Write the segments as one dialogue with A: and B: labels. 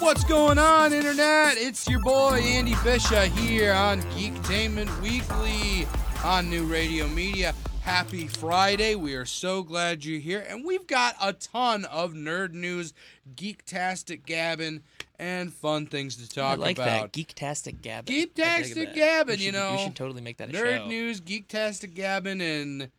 A: What's going on, Internet? It's your boy Andy Bisha here on Geektainment Weekly on New Radio Media. Happy Friday. We are so glad you're here. And we've got a ton of nerd news, geektastic gabbing, and fun things to
B: I
A: talk
B: like
A: about.
B: that. Geektastic Gavin. I dig
A: Geektastic
B: that.
A: gabbing,
B: We
A: you
B: should-
A: know.
B: We should totally make that a
A: Nerd
B: show.
A: news, geektastic gabbing, and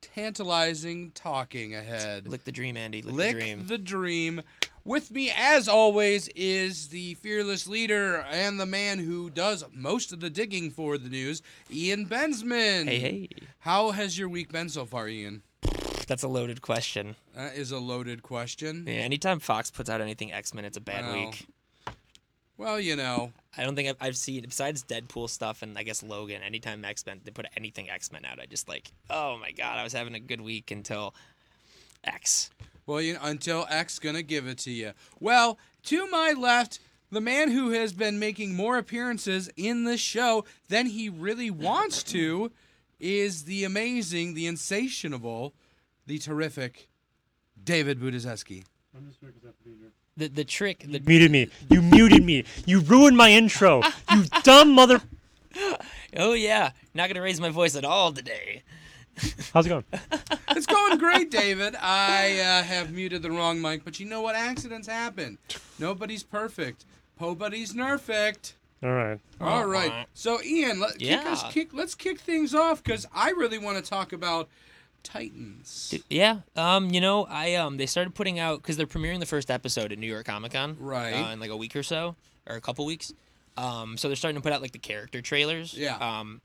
A: tantalizing talking ahead.
B: Lick the dream, Andy. Lick,
A: Lick
B: the dream.
A: the dream. With me, as always, is the fearless leader and the man who does most of the digging for the news, Ian Bensman.
B: Hey, hey.
A: How has your week been so far, Ian?
B: That's a loaded question.
A: That is a loaded question.
B: Yeah, anytime Fox puts out anything X Men, it's a bad
A: Wow.
B: week.
A: Well, you know,
B: I don't think I've, I've seen besides Deadpool stuff and I guess Logan. Anytime X Men, they put anything X Men out, I just like, oh my god, I was having a good week until X.
A: well, you until X gonna give it to you. Well, to my left, the man who has been making more appearances in this show than he really wants to is the amazing, the insatiable, the terrific David Budizeski.
C: I'm just here 'cause I have to be here.
B: The the trick. The,
D: muted me. You muted me. You ruined my intro. You dumb mother.
B: oh yeah, not gonna raise my voice at all today.
D: How's it going?
A: It's going great, David. I uh, have muted the wrong mic, but you know what? Accidents happen. Nobody's perfect. Pobody's nerfect.
D: All right.
A: All right. So, Ian, let, kick us,
B: Yeah.
A: kick, let's kick things off because I really want to talk about Titans.
B: Yeah. Um, you know, I um they started putting out because they're premiering the first episode at New York Comic Con.
A: Right.
B: Uh, in like a week or so, or a couple weeks. Um, so they're starting to put out like the character trailers.
A: Yeah.
B: Um,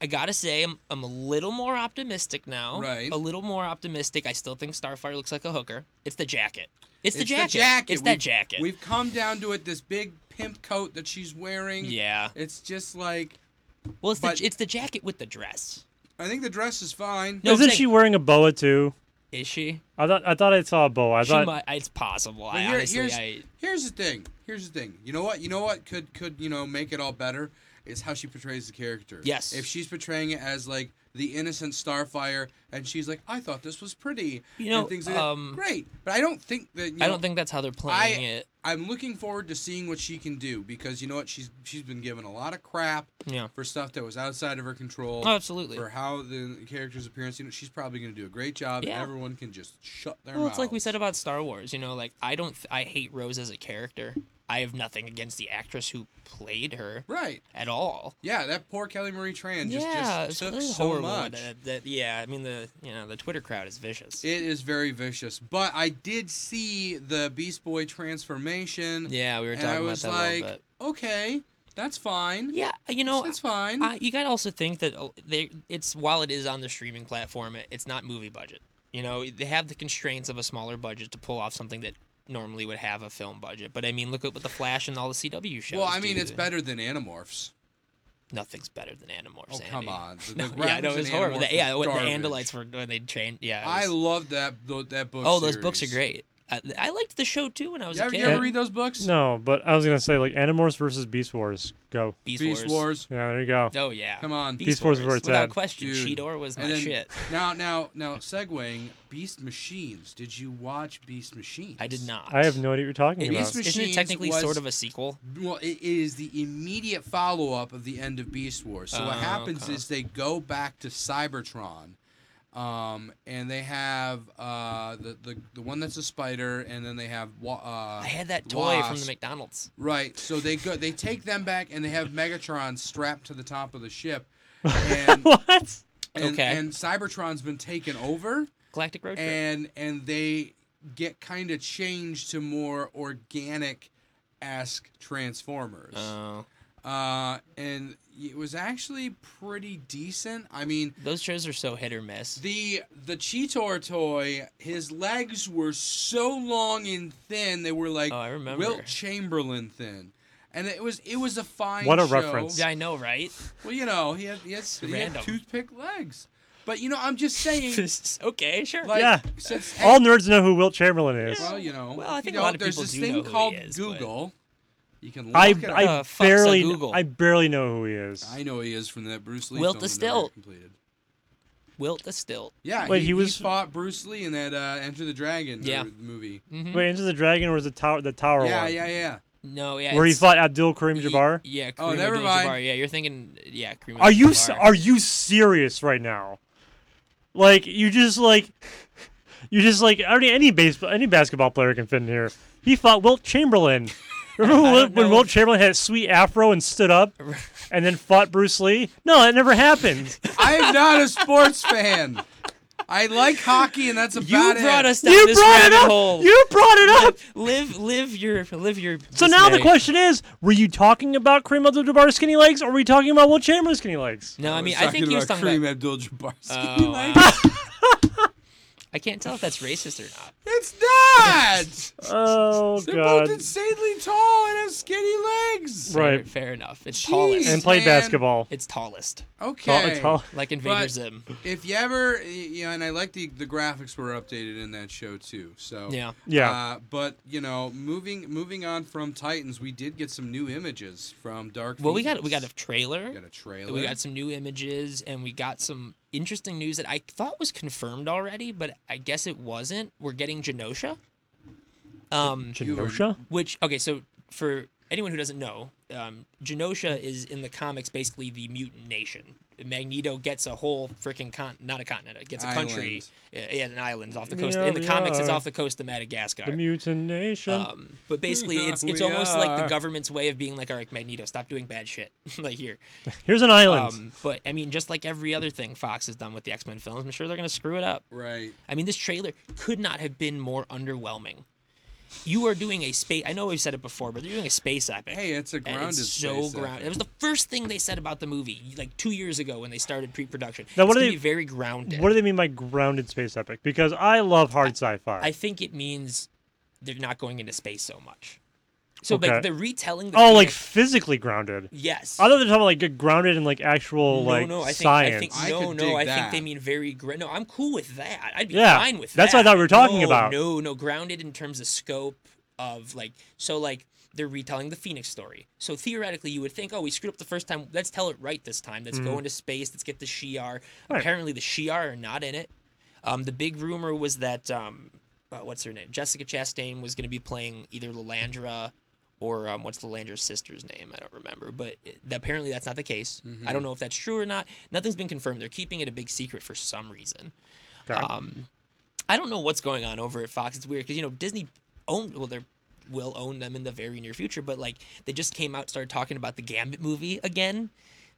B: I gotta say, I'm, I'm a little more optimistic now.
A: Right.
B: A little more optimistic. I still think Starfire looks like a hooker. It's the jacket. It's the jacket. It's
A: We've-
B: that jacket.
A: We've come down to it. This big pimp coat that she's wearing.
B: yeah.
A: It's just like
B: Well, it's
A: but-
B: the it's the jacket with the dress.
A: I think the dress is fine.
B: No, I'm
D: Isn't
B: saying-
D: she wearing a boa too?
B: Is she?
D: I thought I thought I saw a boa. I
B: she
D: thought
B: might, it's possible. I
A: here-
B: honestly,
A: here's,
B: I,
A: here's the thing. Here's the thing. You know what? You know what could could you know make it all better is how she portrays the character.
B: Yes.
A: If she's portraying it as like the innocent Starfire, and she's like, I thought this was pretty.
B: You know,
A: and things like that,
B: um,
A: great. But I don't think that. You
B: I
A: know,
B: don't think that's how they're
A: I
B: playing it.
A: I'm looking forward to seeing what she can do because you know what she's she's been given a lot of crap
B: Yeah.
A: for stuff that was outside of her control.
B: Oh, absolutely.
A: For how the character's appearance, you know, she's probably going to do a great job.
B: Yeah.
A: And everyone can just shut their
B: Well,
A: mouths.
B: it's like we said about Star Wars. You know, like I don't, th- I hate Rose as a character. I have nothing against the actress who played her
A: Right.
B: at all.
A: Yeah, that poor Kelly Marie Tran just,
B: yeah,
A: just
B: it's
A: took
B: really
A: so
B: horrible.
A: much.
B: That, that- yeah, I mean the you know the Twitter crowd is vicious.
A: It is very vicious. But I did see the Beast Boy transformation.
B: yeah, we were
A: and
B: talking
A: I was
B: about that a little
A: like,
B: bit.
A: okay, that's fine.
B: Yeah, uh, you know,
A: That's fine.
B: I, you gotta also think that uh, they it's while it is on the streaming platform, it, it's not movie budget. You know, they have the constraints of a smaller budget to pull off something that normally would have a film budget. But I mean, look at what the Flash and all the CW shows.
A: well, I mean,
B: do.
A: it's better than Animorphs.
B: Nothing's better than Animorphs.
A: Oh,
B: Andy.
A: come on. The- the
B: No, yeah,
A: graphics
B: no, it
A: in
B: was horrible.
A: Animorphs
B: The, yeah,
A: were
B: when the
A: garbage.
B: Andalites were when they trained. Yeah.
A: I
B: it was-
A: love that tho- that book.
B: oh, those books are
A: series.
B: great. I, I liked the show too when I was
A: You
B: a
A: ever,
B: kid.
A: you ever read those books?
D: no, but I was gonna say like Animorphs versus Beast Wars. Go.
B: Beast,
A: Beast Wars.
D: Yeah, there you go.
B: Oh yeah.
A: Come on.
D: Beast Wars is where it's
B: Without
D: at.
B: question,
A: Dude.
B: Cheetor was my
A: And then-
B: shit.
A: Now, now, now, segueing. Beast Machines. Did you watch Beast Machines?
B: I did not.
D: I have no idea what you're talking
B: It,
D: about.
A: Beast
B: isn't, isn't
A: Machines
B: it technically
A: was-
B: sort of a sequel?
A: Well, it is the immediate follow up of the end of Beast Wars. So what
B: Oh,
A: happens
B: okay.
A: is they go back to Cybertron, um, and they have uh, the, the the one that's a spider, and then they have wa- uh,
B: I had that toy from the
A: Wasp.
B: McDonald's.
A: right. So they go they take them back, and they have Megatron strapped to the top of the ship, and
D: what?
A: and,
B: Okay.
A: and Cybertron's been taken over
B: Galactic Road Trip.
A: and and they get kind of changed to more organic esque transformers
B: Oh,
A: uh and it was actually pretty decent i mean
B: those shows are so hit or miss.
A: the the cheetor toy his legs were so long and thin they were like
B: Oh, I remember.
A: wilt chamberlain thin and it was it was a fine
D: What a
A: show.
D: reference.
B: Yeah, I know, right?
A: well you know he had, he had, he had
B: Random.
A: toothpick legs but you know i'm just saying
B: okay, sure.
A: like
D: Yeah.
A: since
D: All nerds know who Wilt Chamberlain is.
A: Well, you know.
B: Well, I
A: you
B: think a
A: know,
B: lot of
A: there's
B: people
A: this
B: do
A: thing
B: know who he
A: called
B: is, but-
A: Google. You can look
D: I
A: it up.
D: I
B: Uh, fuck,
D: barely
B: so Google.
D: I barely know who he is.
A: I know he is from that Bruce Lee
B: Wilt
A: film
B: the
A: that never
B: Stilt.
A: completed.
B: Wilt the Stilt.
A: Yeah,
D: Wait,
A: he,
D: he was-
A: fought Bruce Lee in that uh, Enter the Dragon
B: Yeah.
A: or movie.
B: Mhm.
D: Wait, Into the Dragon or was it Tower the Tower
A: Yeah,
D: one?
A: yeah, yeah.
B: No, yeah.
D: Where he
B: it's-
D: fought Abdul Karim
B: Ye-
D: Jabbar?
B: Yeah, Kareem
A: Oh, never
B: Abdul-Jabbar.
A: mind.
B: Yeah, you're thinking. Yeah, Kareem.
D: Are you s-
B: Abdul-Jabbar.
D: are you serious right now? Like you just like you just like I mean, any baseball any basketball player can fit in here. He fought Wilt Chamberlain. Remember
B: I
D: when,
B: don't
D: when
B: know
D: Wilt
B: if-
D: Chamberlain had a sweet afro and stood up and then fought Bruce Lee? No, that never happened.
A: I am not a sports fan. I like hockey, and that's about
B: You
A: it.
B: brought us down
D: you
B: this
D: brought it
B: rabbit
D: up.
B: hole.
D: You brought it up.
B: live, live your, live your.
D: So now the
B: dismay.
D: question is, were you talking about Kareem Abdul-Jabbar's skinny legs, or were you talking about Wilt Chamberlain's skinny legs?
B: No, I mean,
A: We're
B: I think he was talking
A: Kareem
B: about.
A: Abdul-Jabbar.
B: Oh,
A: Like,
B: wow. I can't tell if that's racist or not.
A: It's not.
D: Oh
A: They're
D: God!
A: both insanely tall and have skinny legs.
D: Right.
B: Fair, fair enough. It's
A: Jeez.
B: tallest.
D: And play
A: man.
D: basketball.
B: It's tallest,
D: Tall-
A: Okay.
D: tall-
B: like Invader
A: But-
B: Zim.
A: If you ever, y- you know, and I like the the graphics were updated in that show too. So
B: Yeah.
D: Yeah.
A: Uh, but you know, moving moving on from Titans, we did get some new images from Dark.
B: Well, we got we
A: Phoenix.
B: got a trailer.
A: We got a trailer.
B: We got some new images and we got some interesting news that I thought was confirmed already, but I guess it wasn't. We're getting Genosha. Um,
D: Genosha?
B: which okay, so for anyone who doesn't know, um, Genosha is in the comics basically the mutant nation. Magneto gets a whole freaking con not a continent, it gets a country, yeah, yeah, an island off the coast. in the
D: Yeah, we
B: comics, it's
D: are.
B: off the coast of Madagascar.
D: The Mutant Nation.
B: Um, but basically, it's it's
A: We
B: almost like
A: are.
B: the government's way of being like, all right, Magneto, stop doing bad shit. like here,
D: Here's an island.
B: um, but I mean, just like every other thing Fox has done with the X Men films, I'm sure they're gonna screw it up.
A: right.
B: I mean, this trailer could not have been more underwhelming. You are doing a space. I know we've said it before, but they're doing a space epic.
A: Hey, it's a
B: and
A: grounded.
B: it's so
A: space
B: grounded.
A: epic.
B: It was the first thing they said about the movie, like two years ago when they started pre-production.
D: Now,
B: It's
D: what do
B: gonna
D: they-
B: Be very grounded.
D: What do they mean by grounded space epic? Because I love hard sci-fi.
B: Um, I think it means they're not going into space so much. So
D: Okay.
B: like they're retelling. The
D: oh, like
B: fear-
D: physically grounded.
B: yes.
D: I thought they were talking about like grounded in like actual like
B: no, no, I think,
D: science.
B: I think
A: I
B: no,
A: could
B: no,
A: dig
B: I
A: that.
B: think they mean very gra- no. I'm cool with that. I'd be
D: Yeah,
B: fine with that.
D: that's what I thought we were talking
B: No,
D: about.
B: No, no, grounded in terms of scope of like so like they're retelling the Phoenix story. So theoretically, you would think, oh, we screwed up the first time. Let's tell it right this time. Let's go into space. Let's get the Shi'ar.
D: Mm-hmm. Right.
B: Apparently, the Shi'ar are not in it. Um, the big rumor was that um, uh, what's her name, Jessica Chastain, was going to be playing either Lalandra or um, what's Lalandra's sister's name? I don't remember, but it, apparently that's not the case.
A: Mm-hmm.
B: I don't know if that's true or not. Nothing's been confirmed. They're keeping it a big secret for some reason.
D: Okay.
B: Um, I don't know what's going on over at Fox. It's weird because you know Disney owned well, they will own them in the very near future, but like they just came out started talking about the Gambit movie again.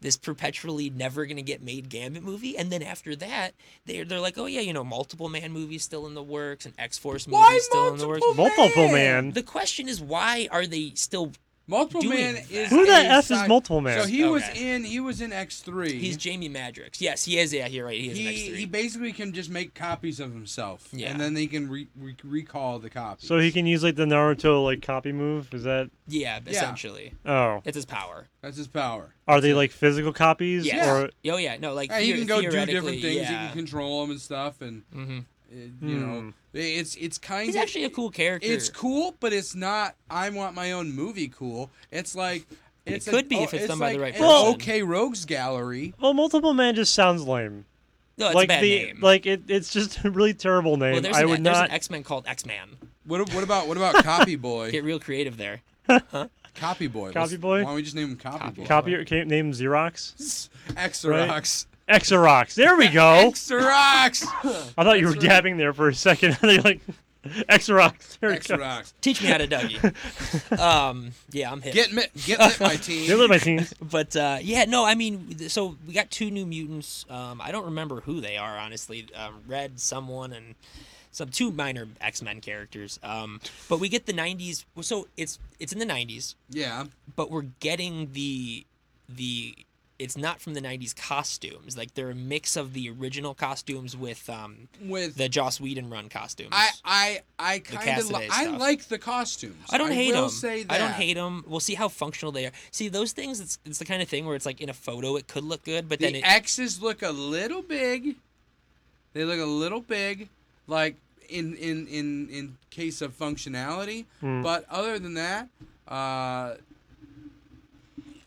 B: This perpetually never gonna get made Gambit movie, and then after that, they're they're like, oh yeah, you know, multiple man movies still in the works, and X Force movie
A: Why
B: still in the works.
A: multiple
D: Multiple
A: Man.
D: man.
B: The question is, why are they still?
A: Multiple
B: doing
A: Man
B: that.
A: is
D: Who the
A: a
D: f is
A: sci-
D: multiple man?
A: So he was
B: Okay.
A: in. He was in X three.
B: He's Jamie Madrox. Yes, he is. Yeah, you're right. He is next
A: He,
B: three.
A: he basically can just make copies of himself,
B: Yeah.
A: and then they can re- re- recall the copies.
D: so he can use like the Naruto like copy move. Is that?
B: yeah, essentially,
D: Oh,
B: it's his power.
A: that's his power.
D: are they like physical copies?
B: Yes.
D: Or
B: Oh yeah, no, like
A: And he
B: theo-
A: can go do different
B: theoretically,
A: things. He
B: Yeah.
A: can control them and stuff, and
B: mm-hmm.
A: uh, you
D: Hmm.
A: know, it's it's kind
B: He's
A: of
B: actually a cool character.
A: it's cool, but it's not. I want my own movie. Cool. It's like it's
B: could
A: an-
B: be
A: oh,
B: if it's done by
A: like
B: the right
A: an
B: person.
A: Okay, Rogues Gallery.
D: well, multiple man just sounds lame.
B: no, it's
D: like
B: a bad
D: the
B: name.
D: like it, it's just a really terrible
B: well,
D: name.
B: there's
D: I
B: an, e-
D: would
B: there's
D: not.
B: an X-Men called X-Man.
A: What a- what about what about Copy Boy?
B: Get real creative there.
A: Copy Boy. Let's-
D: Copy Boy?
A: Why don't we just name him Copy, Boy?
D: Copy or can't name Xerox?
A: Xerox.
D: Xerox. There we
A: Oh.
B: Oh.
D: go.
A: Xerox.
D: I thought you were dabbing there for a second. They're like Xerox. There we go.
A: Xerox.
B: Teach me how to Dougie. um, yeah, I'm hit.
A: Get mit, get lit, my team.
D: They're like my team.
B: but uh, yeah, no, I mean, th- so we got two new mutants. Um, I don't remember who they are, honestly. Um, Red, someone, and some two minor X-Men characters. Um, but we get the '90s. So it's it's in the '90s.
A: Yeah.
B: but we're getting the the it's not from the 90s costumes like they're a mix of the original costumes with um
A: With
B: the joss whedon run costumes
A: I I I kind of
B: Cassidy
A: li- I
B: stuff.
A: like the costumes.
B: I don't hate
A: will
B: them.
A: Say that.
B: I don't hate them. We'll see how functional they are. See those things. It's, it's the kind of thing where it's like in a photo, it could look good, but then
A: The
B: it,
A: X's look a little big. They look a little big, like in in in in case of functionality.
B: Hmm.
A: But other than that, uh,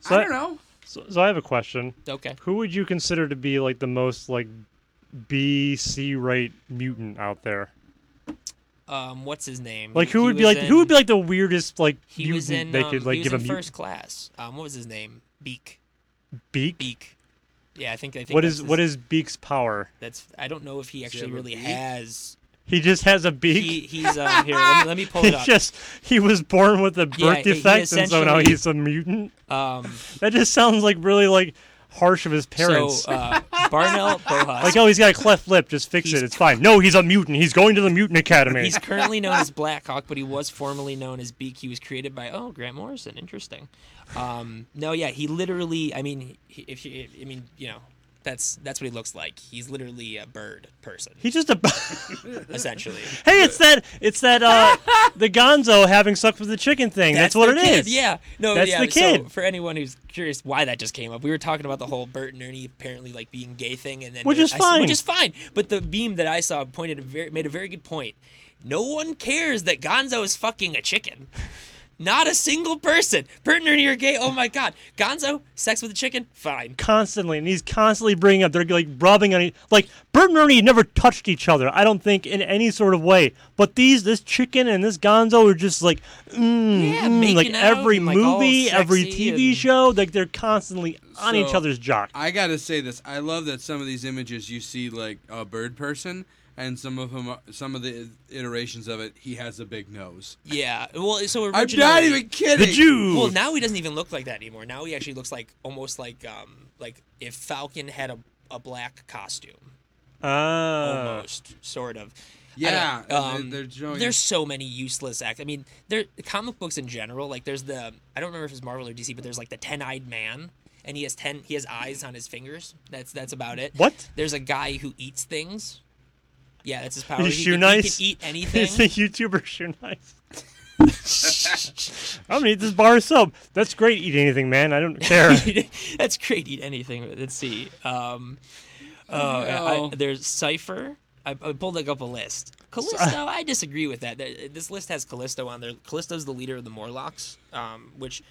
D: So
A: I
D: I-
A: don't know.
D: So, so I have a question.
B: okay.
D: Who would you consider to be like the most like B C right mutant out there?
B: Um, what's his name?
D: Like who
B: He
D: would be
B: was
D: like who would
B: in-
D: be like the weirdest like
B: He was
D: mutant
B: in.
D: they
B: um,
D: could like
B: he was
D: give a
B: in
D: mutant
B: first class. Um, what was his name? Beak.
D: beak?
B: Beak. Yeah, I think I think.
D: What
B: that's
D: is
B: his-
D: what is Beak's power?
B: That's I don't know if he
A: he
B: actually
A: have a
B: really
A: beak?
B: has.
D: He just has a beak.
B: He he's um here. Let me, let me pull
D: He
B: it up.
D: just he was born with a birth
B: Yeah, he- he
D: defect, and so now
B: essentially-
D: he's a mutant.
B: Um,
D: That just sounds like really like harsh of his parents.
B: so uh, Barnell Bohus.
D: like oh, he's got a cleft lip. Just fix
B: He's-
D: it. It's fine. No, he's a mutant. He's going to the mutant academy.
B: He's currently known as Blackhawk, but he was formerly known as Beak. He was created by oh Grant Morrison. Interesting. Um, no, yeah, he literally. I mean, he, if you, I mean, you know, that's that's what he looks like. He's literally a bird person,
D: He's just a.
B: essentially.
D: hey, it's that it's that uh the Gonzo having sex with the chicken thing. That's, what
B: the
D: it is.
B: kid, Yeah, no,
D: That's
B: yeah.
D: the
B: So
D: kid.
B: for anyone who's curious why that just came up, we were talking about the whole Bert and Ernie apparently like being gay thing, and then
D: Which is
B: I saw-
D: fine.
B: which is fine. But the beam that I saw pointed a very made a very good point. No one cares that Gonzo is fucking a chicken. Not a single person. Bert and Ernie are gay. Oh my god. Gonzo, sex with a chicken, fine.
D: Constantly, and he's constantly bringing up. They're like rubbing on. e- Like Bert and Ernie never touched each other. I don't think in any sort of way. But these, this chicken and this Gonzo are just like, mm,
B: Yeah,
D: mm,
B: making
D: like
B: out
D: every
B: and, like, all
D: movie, every
B: sexy
D: TV
B: and-
D: show. Like they're constantly on each
A: So-
D: other's jock.
A: I gotta say this. I love that some of these images you see like a bird person, and some of them, some of the iterations of it, he has a big nose.
B: Yeah. Well, so
A: I'm
B: originally,
A: not even kidding.
D: The Jew.
B: Well, now he doesn't even look like that anymore. Now he actually looks like almost like um like if Falcon had a, a black costume.
D: Ah.
B: almost sort of. I
A: Yeah,
B: don't- um,
A: they're, they're showing.
B: there's so many useless acts. I mean, there comic books in general. Like there's the I don't remember if it's Marvel or DC, but there's like the ten eyed man, and he has ten he has eyes on his fingers. That's that's about it.
D: What?
B: There's a guy who eats things. Yeah, that's his power.
D: Is
B: he,
D: shoe
B: can,
D: nice?
B: he can eat
D: It's a
B: anything.
D: YouTuber shoe knife. I'm gonna eat this bar of soap. That's great. Eat anything, man. I don't care.
B: that's great. Eat anything. Let's see. Um, oh,
A: No.
B: I, there's Cipher. I, I pulled like up a list. Callisto, I disagree with that. Th- This list has Callisto on there. Callisto's the leader of the Morlocks, um, which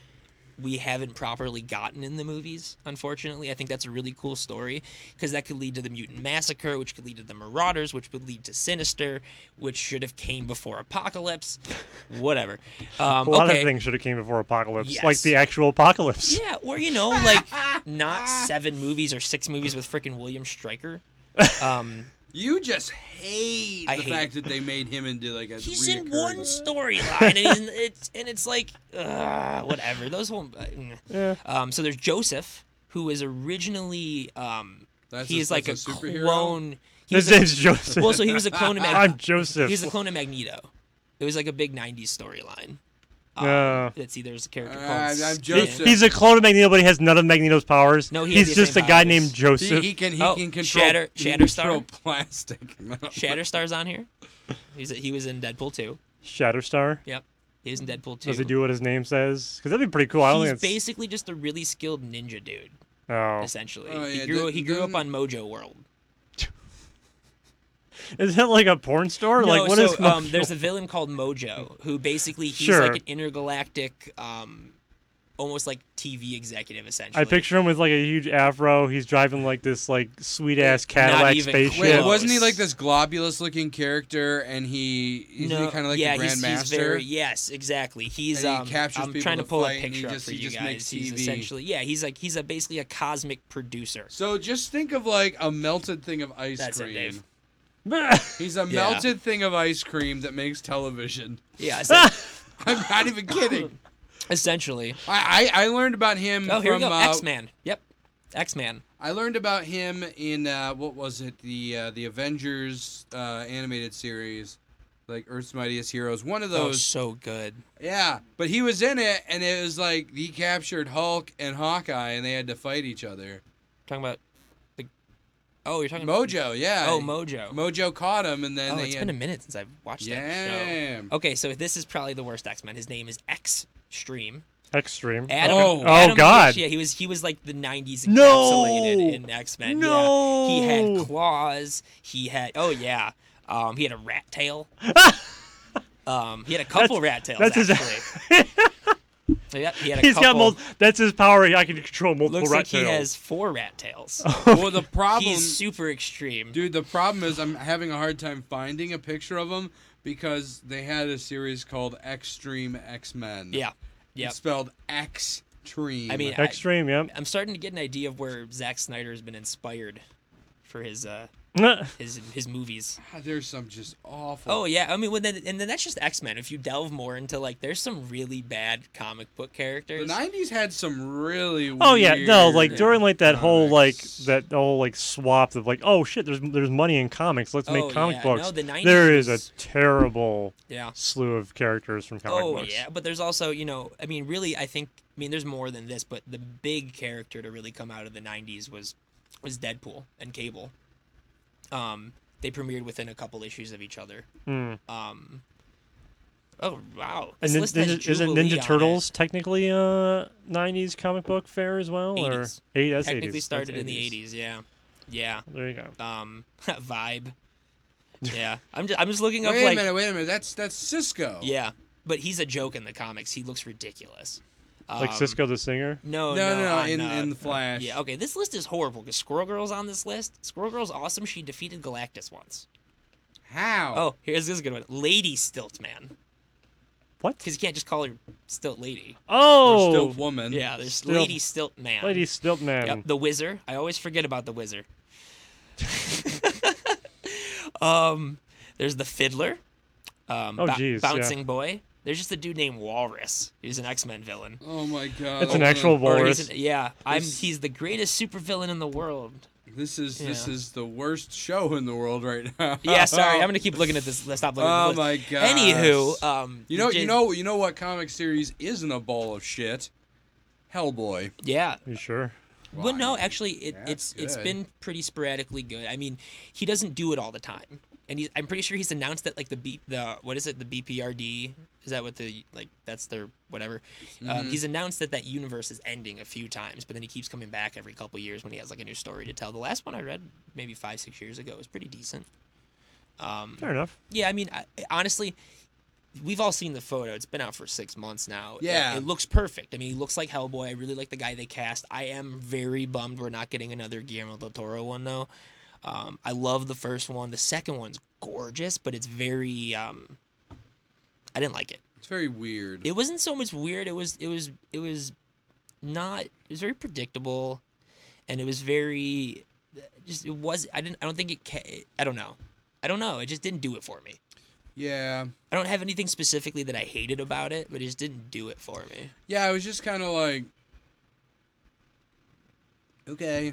B: we haven't properly gotten in the movies, unfortunately. I think that's a really cool story because that could lead to the Mutant Massacre, which could lead to the Marauders, which would lead to Sinister, which should have came before Apocalypse, whatever. Um,
D: A lot
B: okay.
D: of things should have came before apocalypse, like
B: Yes.
D: the actual apocalypse.
B: Yeah, or you know, like not seven movies or six movies with freaking William Stryker. Um,
A: you just hate
B: I
A: the
B: hate
A: fact that they made him into like a.
B: he's in
A: reoccurring-
B: one storyline, and he's in, it's and it's like uh, whatever. Those whole. uh, mm.
D: Yeah.
B: Um, so there's Joseph, who is originally um,
A: That's a-
B: he's like a,
A: that's a superhero?
B: clone. He
D: His
B: was a,
D: name's Joseph.
B: well, so he was a clone of
D: I'm
B: Mag-
D: Joseph.
B: he was a clone of Magneto. It was like a big '90s storyline. Um,
D: Yeah.
B: Let's see. There's a character called.
A: Alright, I'm
B: Skin.
A: Joseph.
D: He's a clone of Magneto, but he has none of Magneto's powers.
B: No, he has
D: he's
B: the
D: just a
B: same
D: guy
B: powers.
D: named
A: He,
D: Joseph.
A: he can he
B: Oh,
A: can control
B: Shatter-
A: he can
B: Shatterstar?
A: control plastic.
B: Shatterstar's on here. He's a, he was in Deadpool too.
D: Shatterstar.
B: Yep. He was in Deadpool too.
D: Does he do what his name says? Because that'd be pretty cool. I don't
B: He's
D: think it's.
B: basically just a really skilled ninja dude,
D: Oh.
B: essentially.
A: Oh, yeah,
B: he grew,
A: the-
B: he grew up
A: the-
B: on Mojo World.
D: Is that like a porn store? like
B: no,
D: what
B: so
D: is?
B: um, there's a villain called Mojo who basically he's
D: Sure.
B: like an intergalactic, um, almost like TV executive essentially.
D: I picture him with like a huge afro. He's driving like this like sweet ass
B: Not
D: Cadillac
B: even
D: spaceship.
A: Wait,
B: close.
A: wasn't he like this globulous looking character and he he's
B: no,
A: kind of like
B: yeah,
A: the
B: he's,
A: Grand
B: he's
A: Master?
B: very yes, exactly. He's
A: And he
B: um,
A: captures
B: I'm
A: people
B: trying to
A: to
B: pull
A: fight
B: a
A: and he
B: picture
A: just-
B: up for
A: he
B: you
A: just
B: guys.
A: makes
B: he's
A: TV.
B: essentially yeah, he's like he's a basically a cosmic producer.
A: So just think of like a melted thing of ice
B: That's it,
A: cream.
B: Dave.
A: He's a
B: Yeah.
A: melted thing of ice cream that makes television.
B: Yeah, essen-
A: I'm not even kidding.
B: essentially.
A: I, I, I learned about him
B: Oh, here
A: from
B: we go.
A: uh,
B: X Man. Yep, X Man.
A: I learned about him in uh, what was it the uh, the Avengers uh, animated series, like Earth's Mightiest Heroes. One of
B: That was
A: those,
B: Oh, so good.
A: yeah. But he was in it, and it was like he captured Hulk and Hawkeye, and they had to fight each other.
B: Talking about the oh, you're talking about
A: Mojo, yeah.
B: oh Mojo.
A: Mojo caught him, and then
B: oh,
A: they
B: it's
A: had,
B: been a minute since I've watched that
A: yeah.
B: show. Okay, so this is probably the worst X Men. His name is X Stream.
D: Extreme.
B: Adam.
A: Oh. Oh,
B: Adam
D: God.
B: Hitch, yeah, he was he was like the '90s
D: No.
B: encapsulated in X Men. Yeah. He
D: No.
B: had claws. He had oh yeah. Um, he had a rat tail. um, he had a couple rat tails
D: that's his-
B: actually. Yeah, he had a
D: He's
B: couple.
D: got multiple. That's his power. I can control multiple
B: looks
D: rat
B: like he
D: tails.
B: has four rat tails.
A: Well, the problem,
B: He's super extreme.
A: dude, the problem is I'm having a hard time finding a picture of him because they had a series called Extreme X Men.
B: Yeah, yeah.
A: It's spelled Extreme.
B: I mean, I-
D: Extreme, yeah.
B: I'm starting to get an idea of where Zack Snyder has been inspired for his uh his his movies.
A: God, there's some just awful.
B: Oh yeah, I mean, well, then, and then that's just X Men. If you delve more into like, there's some really bad comic book
A: The
B: characters.
A: '90s had some really.
D: Oh yeah, no, like
A: weird
D: during like that whole like
A: comics.
D: that whole like swap of like oh shit, there's there's money in comics. Let's make
B: Oh,
D: comic
B: yeah.
D: books.
B: No, the 90s
D: there is a
B: was-
D: terrible
B: yeah.
D: slew of characters from comic
B: Oh
D: books.
B: yeah, but there's also you know, I mean, really, I think I mean, there's more than this, but the big character to really come out of the '90s was was Deadpool and Cable. Um, they premiered within a couple issues of each other.
D: Hmm.
B: Um, oh wow,
D: And
B: This
D: then,
B: list has
D: Ninja, isn't
B: Jubilee
D: Ninja
B: on it.
D: Turtles technically a '90s comic book fair as well, or
B: 80s.
D: eight? That's
B: technically
D: 80s.
B: started
D: That's
B: in the '80s? Yeah, yeah.
D: There you go.
B: Um, vibe. Yeah, I'm just I'm just looking up
A: Wait
B: like
A: a minute, wait a minute. That's that's Cisco.
B: yeah, but he's a joke in the comics. He looks ridiculous.
D: Like
B: Um,
D: Cisco the singer.
B: No,
A: No,
B: no,
A: no, no,
B: on,
A: in-
B: uh,
A: in the Flash.
B: Yeah, okay. This list is horrible because Squirrel Girl's on this list. Squirrel Girl's awesome. She defeated Galactus once.
A: How?
B: Oh, here's this is a good one. Lady Stiltman,
D: What?
B: because you can't just call her Stilt Lady.
A: There's
D: Oh,
A: still woman.
B: Yeah, there's
D: Stilt-
B: Lady Stiltman.
D: Lady Stiltman.
B: Yep, the Wizard. I always forget about the Wizard. um, there's the Fiddler. Um,
D: Oh,
B: Bou-
D: geez, yeah.
B: Bouncing Boy. There's just a dude named Walrus. He's an X Men villain.
A: Oh my god.
D: It's an
A: hold
D: actual
A: on.
D: voice.
B: Or he's
D: Walrus.
B: an- yeah, I'm.
A: This-
B: He's the greatest supervillain in the world.
A: This is this
B: Yeah.
A: is the worst show in the world right now.
D: Oh.
B: Yeah, sorry. I'm gonna keep looking at this. Let's stop looking.
A: Oh
B: at
A: my
B: this.
A: gosh.
B: Anywho, um,
A: You know,
B: Jay-
A: you know, you know what comic series isn't a ball of shit? Hellboy.
B: Yeah.
D: You sure?
B: Well, no,
A: Why?
B: actually, it,
A: That's
B: it's it's
A: good.
B: been pretty sporadically good. I mean, he doesn't do it all the time, and he's, I'm pretty sure he's announced that like the B, the what is it the BPRD is that what the like that's their whatever.
A: Mm-hmm.
B: Um, he's announced that that universe is ending a few times, but then he keeps coming back every couple years when he has like a new story to tell. The last one I read maybe five six years ago was pretty decent. Um,
D: Fair enough.
B: Yeah, I mean, I, honestly, we've all seen the photo. It's been out for six months now. It-
A: Yeah.
B: It, looks perfect. I mean, he looks like Hellboy. I really like the guy they cast. I am very bummed we're not getting another Guillermo del Toro one, though. Um, I love the first one. The second one's gorgeous, but it's very. Um, I didn't like it.
A: It's very weird.
B: It wasn't so much weird. It was. It was. It was not. It was very predictable, and it was very. Just it was. I didn't. I don't think it. ca- I don't know. I don't know. It just didn't do it for me.
A: yeah,
B: I don't have anything specifically that I hated about it, but it just didn't do it for me.
A: yeah. It was just kind of like, okay,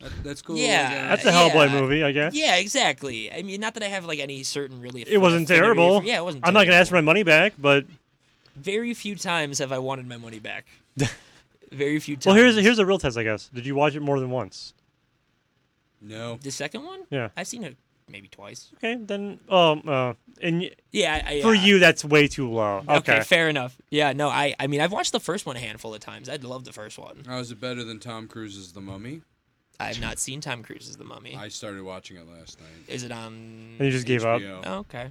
A: that, that's cool. I
B: Yeah.
A: guess.
D: That's a
B: Uh, yeah.
D: Hellboy movie, I guess.
B: Yeah, exactly. I mean, not that I have like any certain really.
D: It wasn't
B: affinity
D: terrible.
B: for- yeah, it wasn't.
D: I'm not gonna ask for
B: terrible.
D: my money back, but
B: Very few times have I wanted my money back. Very few times.
D: well, here's here's a real test, I guess. Did you watch it more than once?
A: no.
B: the second one.
D: Yeah.
B: I've seen it maybe twice.
D: Okay, then um uh, and y-
B: Yeah, I, I,
D: for
B: uh,
D: you that's way too low.
B: Okay.
D: Okay.
B: fair enough. Yeah, no, I, I mean, I've watched the first one a handful of times. I love the first one.
A: How is it better than Tom Cruise's The Mummy?
B: I've not seen Tom Cruise's The Mummy.
A: I started watching it last night.
B: Is it on?
D: And you just gave up.
A: HBO.
B: Oh, okay.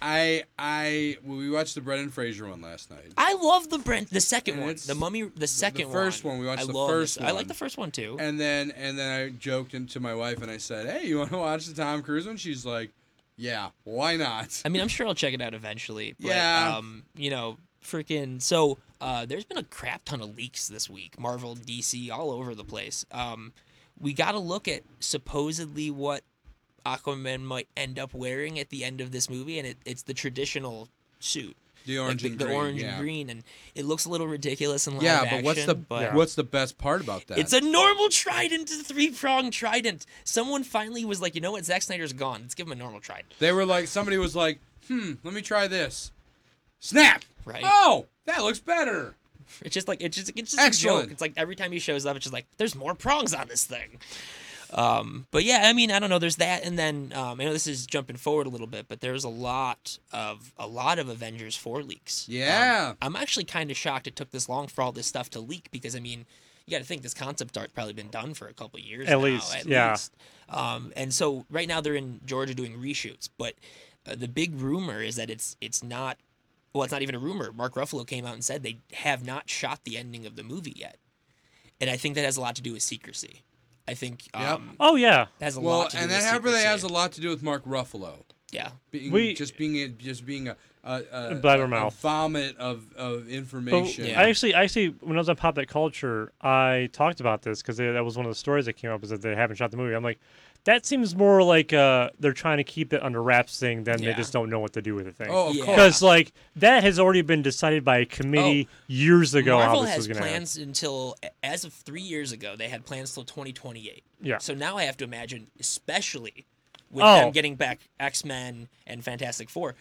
A: I I well, we watched the Brendan Fraser one last night.
B: I love the Brent, the second
A: And
B: one,
A: it's-
B: the Mummy, the second one.
A: first one, we watched
B: I
A: the
B: love
A: first
B: this- I
A: one.
B: like the first one too.
A: And then and then I joked into my wife and I said, "Hey, you want to watch the Tom Cruise one?" She's like, "Yeah, why not?"
B: I mean, I'm sure I'll check it out eventually. But,
A: Yeah.
B: Um, you know, freaking. So uh, there's been a crap ton of leaks this week. Marvel, DC, all over the place. Um, we got to look at supposedly what Aquaman might end up wearing at the end of this movie, and it, it's the traditional suit,
A: The
B: like
A: orange
B: the,
A: and
B: the
A: green.
B: orange
A: yeah.
B: and green, and it looks a little ridiculous in live
A: Yeah, but what's the
B: action, but-
A: what's the best part about that?
B: It's a normal trident, a three pronged trident. Someone finally was like, you know what, Zack Snyder's gone. Let's give him a normal trident.
A: they were like somebody was like, "Hmm, let me try this." Snap.
B: Right.
A: Oh, that looks better.
B: It's just like it's just it's just a
A: Excellent.
B: joke. It's like every time he shows up, it's just like there's more prongs on this thing. Um, but yeah, I mean, I don't know. There's that, and then um, I know this is jumping forward a little bit, but there's a lot of a lot of Avengers four leaks. Um,
A: Yeah.
B: I'm actually kind of shocked it took this long for all this stuff to leak because I mean, you got to think this concept art probably been done for a couple years.
D: At
B: now,
D: least,
B: at
D: yeah.
B: least. Um, and so right now they're in Georgia doing reshoots, but uh, the big rumor is that it's it's not well, it's not even a rumor. Mark Ruffalo came out and said they have not shot the ending of the movie yet, and I think that has a lot to do with secrecy. I think
A: Yep.
B: um,
D: Oh yeah.
B: that has a
A: Well,
B: lot to do
A: and
B: with
A: that happened
B: secrecy.
A: has a lot to do with Mark Ruffalo.
B: yeah.
A: Being,
D: We-
A: just being a, just being a, a, a,
D: Blabbermouth.
A: a vomit of, of
D: But
A: information.
B: Yeah.
D: I actually, I actually, when I was on Pop That Culture, I talked about this because that was one of the stories that came up is that they haven't shot the movie. I'm like, that seems more like uh, they're trying to keep it under wraps thing than
B: Yeah.
D: they just don't know what to do with the thing.
A: oh, of
B: Yeah.
A: course.
D: Because like that has already been decided by a committee years ago. how
B: Oh. Marvel
D: this
B: has
D: was gonna happen.
B: plans until as of three years ago. They had plans till 2028.
D: Yeah.
B: So now I have to imagine, especially with
D: Oh.
B: them getting back X Men and Fantastic Four,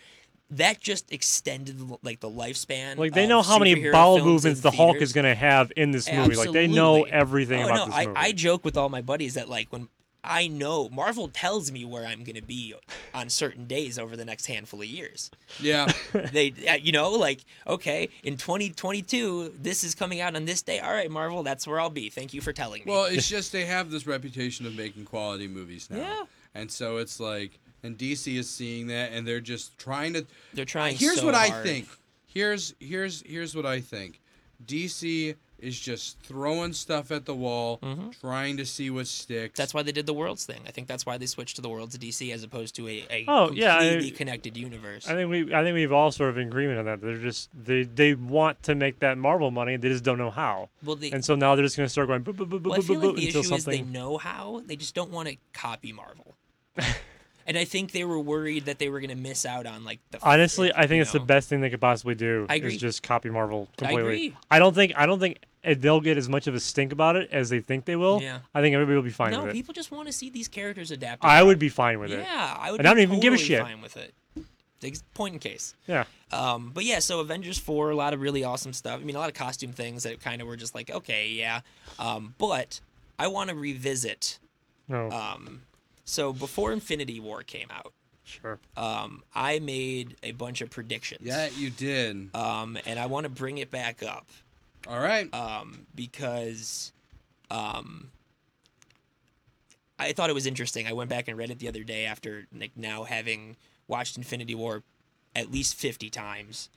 B: that just extended like the lifespan.
D: Like they
B: of
D: know how many
B: Um, superhero
D: bowel
B: films in
D: movements the Hulk
B: theaters.
D: is gonna have in this movie. Like they know
B: Absolutely.
D: everything
B: Oh,
D: about
B: no,
D: this
B: I,
D: movie.
B: I joke with all my buddies that like when I know Marvel tells me where I'm gonna be on certain days over the next handful of years.
A: Yeah.
B: they uh, you know like okay in 2022 this is coming out on this day all right marvel that's where i'll be thank you for telling me
A: Well, it's just they have this reputation of making quality movies now.
B: Yeah.
A: And so it's like, and DC is seeing that, and they're just trying to.
B: they're trying
A: Here's
B: so
A: what I
B: hard.
A: think. Here's here's here's what I think. DC is just throwing stuff at the wall, trying to see what sticks.
B: Mm-hmm. that's why they did the worlds thing i think that's why they switched to the worlds of dc as opposed to a, a
D: Oh,
B: completely
D: yeah, I-
B: connected universe
D: I think we, I think we've all sort of in agreement on that. They're just they, they want to make that Marvel money. They just don't know how.
B: well, they,
D: And so now they're just going to start going boop, boop, boop, boop,
B: well, I
D: boop,
B: feel like
D: boop,
B: the
D: until
B: issue is they
D: something.
B: know how they just don't want to copy marvel and i think they were worried that they were going to miss out on like the
D: Honestly, I
B: you
D: think it's the
B: know?
D: best thing they could possibly do
B: I
D: is
B: agree.
D: just copy Marvel completely.
B: agree.
D: I don't think I don't think it- they'll get as much of a stink about it as they think they will.
B: Yeah.
D: I think everybody will be fine
B: no
D: with it.
B: people just want to see these characters adapted
D: I would be fine with it.
B: yeah i would
D: And
B: be
D: I don't even give a
B: totally
D: shit.
B: fine with it Ex- point in case
D: Yeah.
B: Um, but yeah, so Avengers four, a lot of really awesome stuff. I mean, a lot of costume things that kind of were just like, okay, yeah. Um, but I want to revisit.
D: No.
B: Um, so before Infinity War came out,
D: sure.
B: um, I made a bunch of predictions.
A: yeah, you did.
B: Um, and I want to bring it back up
A: All right.
B: um, because um, I thought it was interesting. I went back and read it the other day after like now having watched Infinity War at least fifty times,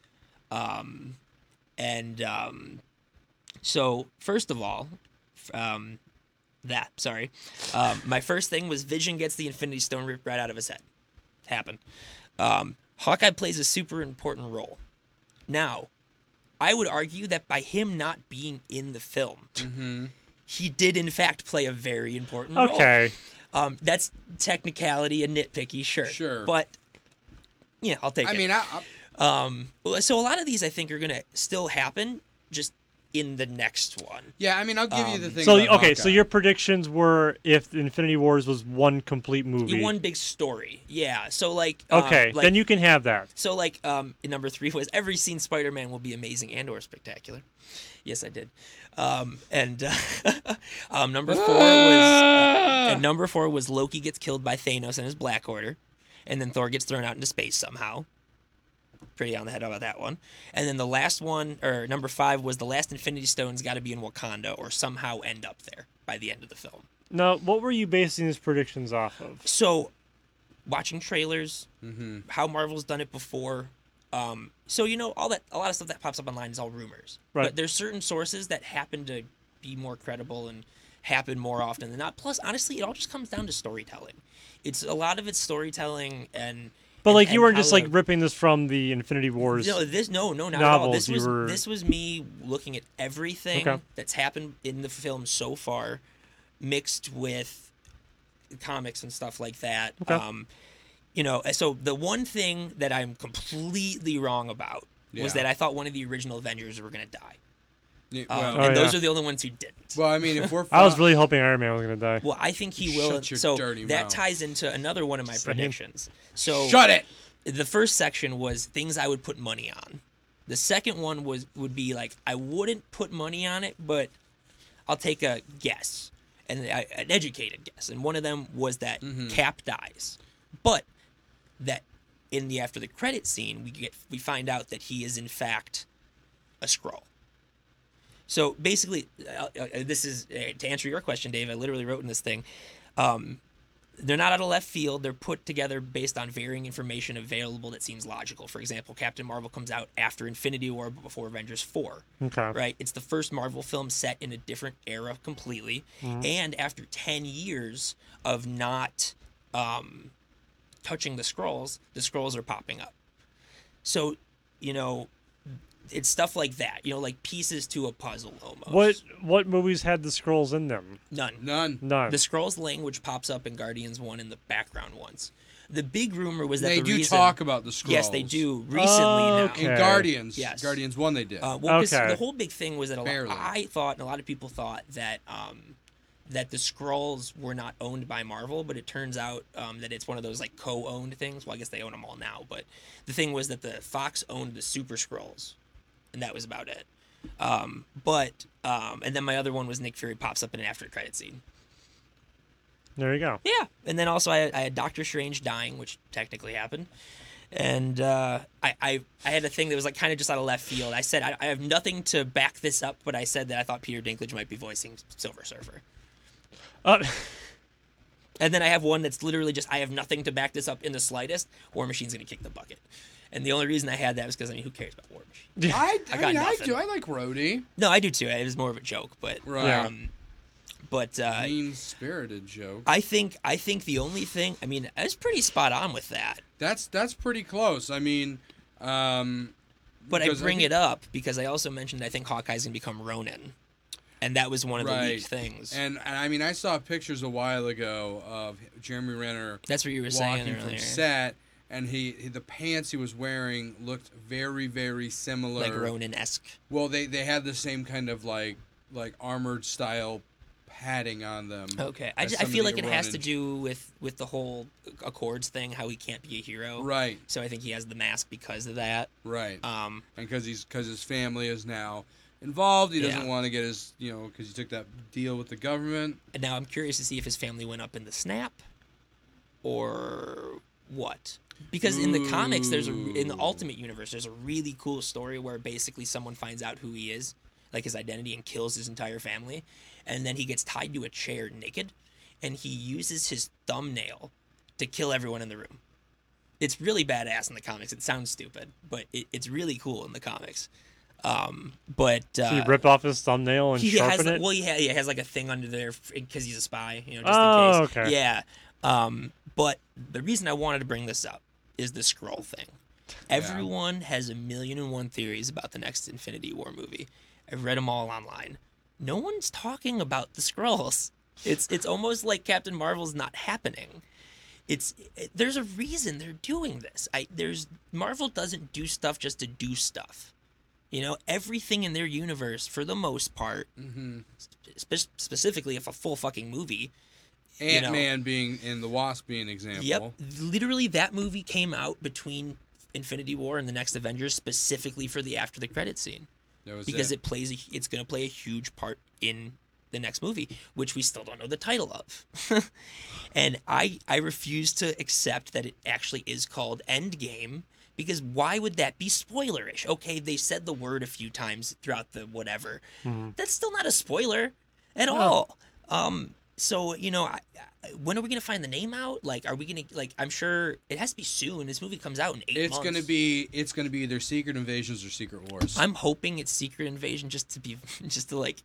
B: um, and um, so first of all, f- um, that sorry, um, my first thing was Vision gets the Infinity Stone ripped right out of his head. Happened. Um, Hawkeye plays a super important role. Now, I would argue that by him not being in the film,
A: Mm-hmm.
B: he did in fact play a very important role.
D: Okay.
B: Um, that's technicality and nitpicky, sure.
A: Sure.
B: But yeah, I'll take
A: I
B: it.
A: mean, I, I,
B: um, well, so a lot of these I think are gonna still happen, just in the next one.
A: yeah, I mean, I'll give you the
B: Um,
A: thing.
D: So okay,
A: about
D: so
A: Hawkeye.
D: your predictions were if Infinity Wars was one complete movie.
B: You one big story, yeah. So like, um,
D: okay,
B: like,
D: then you can have that.
B: So like, um, number three was every scene Spider-Man will be amazing and or spectacular. Yes, I did. Um, and uh, um, number four was. uh,
D: uh,
A: Ah.
B: And number four was Loki gets killed by Thanos and his Black Order, and then Thor gets thrown out into space somehow. Pretty on the head about that one. And then the last one, or number five, was the last Infinity Stone's got to be in Wakanda or somehow end up there by the end of the film.
D: Now, what were you basing these predictions off of?
B: So, watching trailers,
A: Mhm.
B: how Marvel's done it before. Um, so you know all that a lot of stuff that pops up online is all rumors.
D: Right.
B: But there's certain sources that happen to be more credible and happen more often than not. Plus, honestly, it all just comes down to storytelling. It's a lot of it's storytelling and.
D: But
B: and-
D: like you
B: and
D: weren't just
B: how
D: like
B: the-
D: ripping this from the Infinity Wars.
B: no, this no, no, not at all.
D: novels,
B: This
D: you
B: was
D: were-
B: this was me looking at everything
D: Okay.
B: that's happened in the film so far, mixed with comics and stuff like that.
D: Okay.
B: Um, you know, uh, so the one thing that I'm completely wrong about was
A: Yeah.
B: that I thought one of the original Avengers were gonna die,
A: Yeah,
B: Um,
A: well,
B: and
D: Oh,
B: those
D: yeah.
B: are the only ones who didn't.
A: well, I mean, if we're
B: uh,
D: I was really hoping Iron Man was gonna die.
B: Well, I think he will.
A: Shut your
B: so
A: dirty
B: that
A: mouth.
B: ties into another one of my predictions. So
A: shut it.
B: the first section was things I would put money on. The second one was would be like I wouldn't put money on it, but I'll take a guess and I, an educated guess. And one of them was that Cap dies, but that in the after the credit scene we get we find out that he is in fact a scroll. So basically, uh, uh, this is uh, to answer your question, Dave. I literally wrote in this thing. Um, They're not out of left field. They're put together based on varying information available that seems logical. For example, Captain Marvel comes out after Infinity War but before Avengers 4
D: Okay.
B: right? It's the first Marvel film set in a different era completely, and after ten years of not um, touching the scrolls, the scrolls are popping up. So, you know, it's stuff like that. You know, like pieces to a puzzle almost.
D: What what movies had the scrolls in them?
B: None.
A: None.
D: None.
B: The scrolls language pops up in Guardians One in the background once. The big rumor was that
A: They
B: the
A: do
B: reason-
A: talk about the scrolls.
B: Yes, they do. Recently now.
A: In
D: Okay.
A: Guardians,
B: Yes.
A: Guardians One, they did.
B: Uh, well, 'cause
D: Okay.
B: the whole big thing was that a lot,
A: Barely.
B: I thought, and a lot of people thought that um, that the scrolls were not owned by Marvel, but it turns out um, that it's one of those like co-owned things. Well, I guess they own them all now, but the thing was that the Fox owned the Super Scrolls, and that was about it. Um, but um, and then my other one was Nick Fury pops up in an after credit scene.
D: there you go.
B: Yeah, and then also I, I had Doctor Strange dying, which technically happened, and uh, I, I I had a thing that was like kind of just out of left field. I said I, I have nothing to back this up, but I said that I thought Peter Dinklage might be voicing Silver Surfer,
D: Uh,
B: and then I have one that's literally just I have nothing to back this up in the slightest. War Machine's gonna kick the bucket, and the only reason I had that was because I mean who cares about War Machine?
A: I,
B: I
A: I,
B: got
A: mean, I
B: nothing.
A: do. I like Rhodey.
B: No, I do too. It was more of a joke, but
A: Right.
D: Yeah.
B: um, but uh,
A: Mean spirited joke.
B: I think I think the only thing I mean I was pretty spot on with that.
A: That's that's pretty close. I mean, um,
B: But I
A: Because I
B: bring
A: think-
B: it up because I also mentioned I think Hawkeye's gonna become Ronin, and that was one of the
A: Right.
B: leaked things.
A: and, and I mean, I saw pictures a while ago of Jeremy Renner
B: That's what you were saying
A: walking
B: earlier,
A: from set, and he, he the pants he was wearing looked very very similar.
B: like Ronin-esque.
A: Well, they they had the same kind of like like armored style padding on them.
B: Okay, I,
A: as
B: just, I
A: some of
B: feel
A: the
B: like it has to
A: Ronin-
B: do with with the whole Accords thing, how he can't be a hero.
A: Right,
B: So I think he has the mask because of that.
A: right.
B: Um,
A: and because he's because his family is now involved, he doesn't
B: Yeah.
A: want to get his you know because he took that deal with the government.
B: and now I'm curious to see if his family went up in the snap, or what. Because in the comics, there's a in the
A: Ooh.
B: Ultimate Universe, there's a really cool story where basically someone finds out who he is, like his identity, and kills his entire family, and then he gets tied to a chair naked, and he uses his thumbnail to kill everyone in the room. It's really badass in the comics. It sounds stupid, but it, it's really cool in the comics. Um, but uh,
D: so you rip off his thumbnail and
B: he has
D: sharpen
B: like,
D: it.
B: well, he has, he has like a thing under there because he's a spy, you know, just
D: Oh,
B: in case.
D: okay.
B: Yeah. Um, but the reason I wanted to bring this up is the scroll thing. Everyone has a million and one theories about the next Infinity War movie. I've read them all online. No one's talking about the scrolls. It's it's almost like Captain Marvel's not happening. It's it- there's a reason they're doing this. I there's Marvel doesn't do stuff just to do stuff. You know, everything in their universe, for the most part,
A: Mm-hmm.
B: spe- specifically if a full fucking movie. know-
A: Ant Man being in the Wasp being an example.
B: Yep, literally that movie came out between Infinity War and the next Avengers specifically for the after the credit scene
A: That was
B: because
A: it.
B: it plays a, it's going to play a huge part in the next movie, which we still don't know the title of. and I I refuse to accept that it actually is called Endgame because why would that be spoilerish? Okay, they said the word a few times throughout the whatever.
A: Mm-hmm.
B: That's still not a spoiler at all. Um so you know, I, I, when are we gonna find the name out? Like, are we gonna like? I'm sure it has to be soon. This movie comes out in eight
A: It's
B: months.
A: gonna be it's gonna be either Secret Invasions or Secret Wars.
B: I'm hoping it's Secret Invasion just to be just to like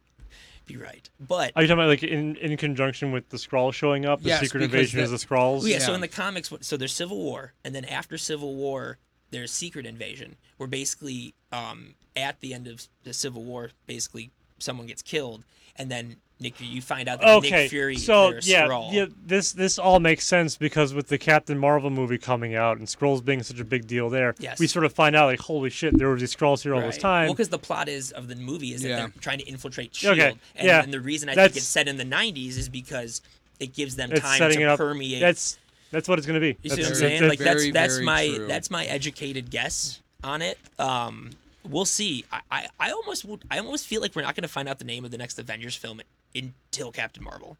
B: be right. But
D: Are you talking about like in, in conjunction with the scroll showing up? The
A: Yes,
D: secret
A: because
D: invasion
A: the-
D: is the scrolls.
B: oh yeah, so
A: yeah.
B: in the comics what- so there's Civil War and then after Civil War there's Secret Invasion where basically um at the end of the Civil War basically someone gets killed and then Nick you find out that
D: Okay.
B: Nick Fury
D: so
B: they're a
D: yeah,
B: Skrull.
D: yeah, this this all makes sense because with the Captain Marvel movie coming out and scrolls being such a big deal there,
B: Yes.
D: we sort of find out like holy shit, there were these scrolls here all this
B: Right.
D: time.
B: Well, because the plot is of the movie is that
A: Yeah.
B: they're trying to infiltrate Shield,
D: Okay,
B: E and,
D: yeah.
B: and the reason I think
D: That's-
B: it's set in the '90s is because it gives them
D: it's
B: time
D: setting
B: to
D: it up.
B: permeate.
D: That's that's what it's gonna be.
B: You see what
D: That's-
B: I'm
A: Very-
B: saying?
D: that's-
B: Like that's
A: very,
B: that's
A: very
B: my
A: true.
B: that's my educated guess on it. Um, we'll see. I, I, I almost would, I almost feel like we're not going to find out the name of the next Avengers film until Captain Marvel.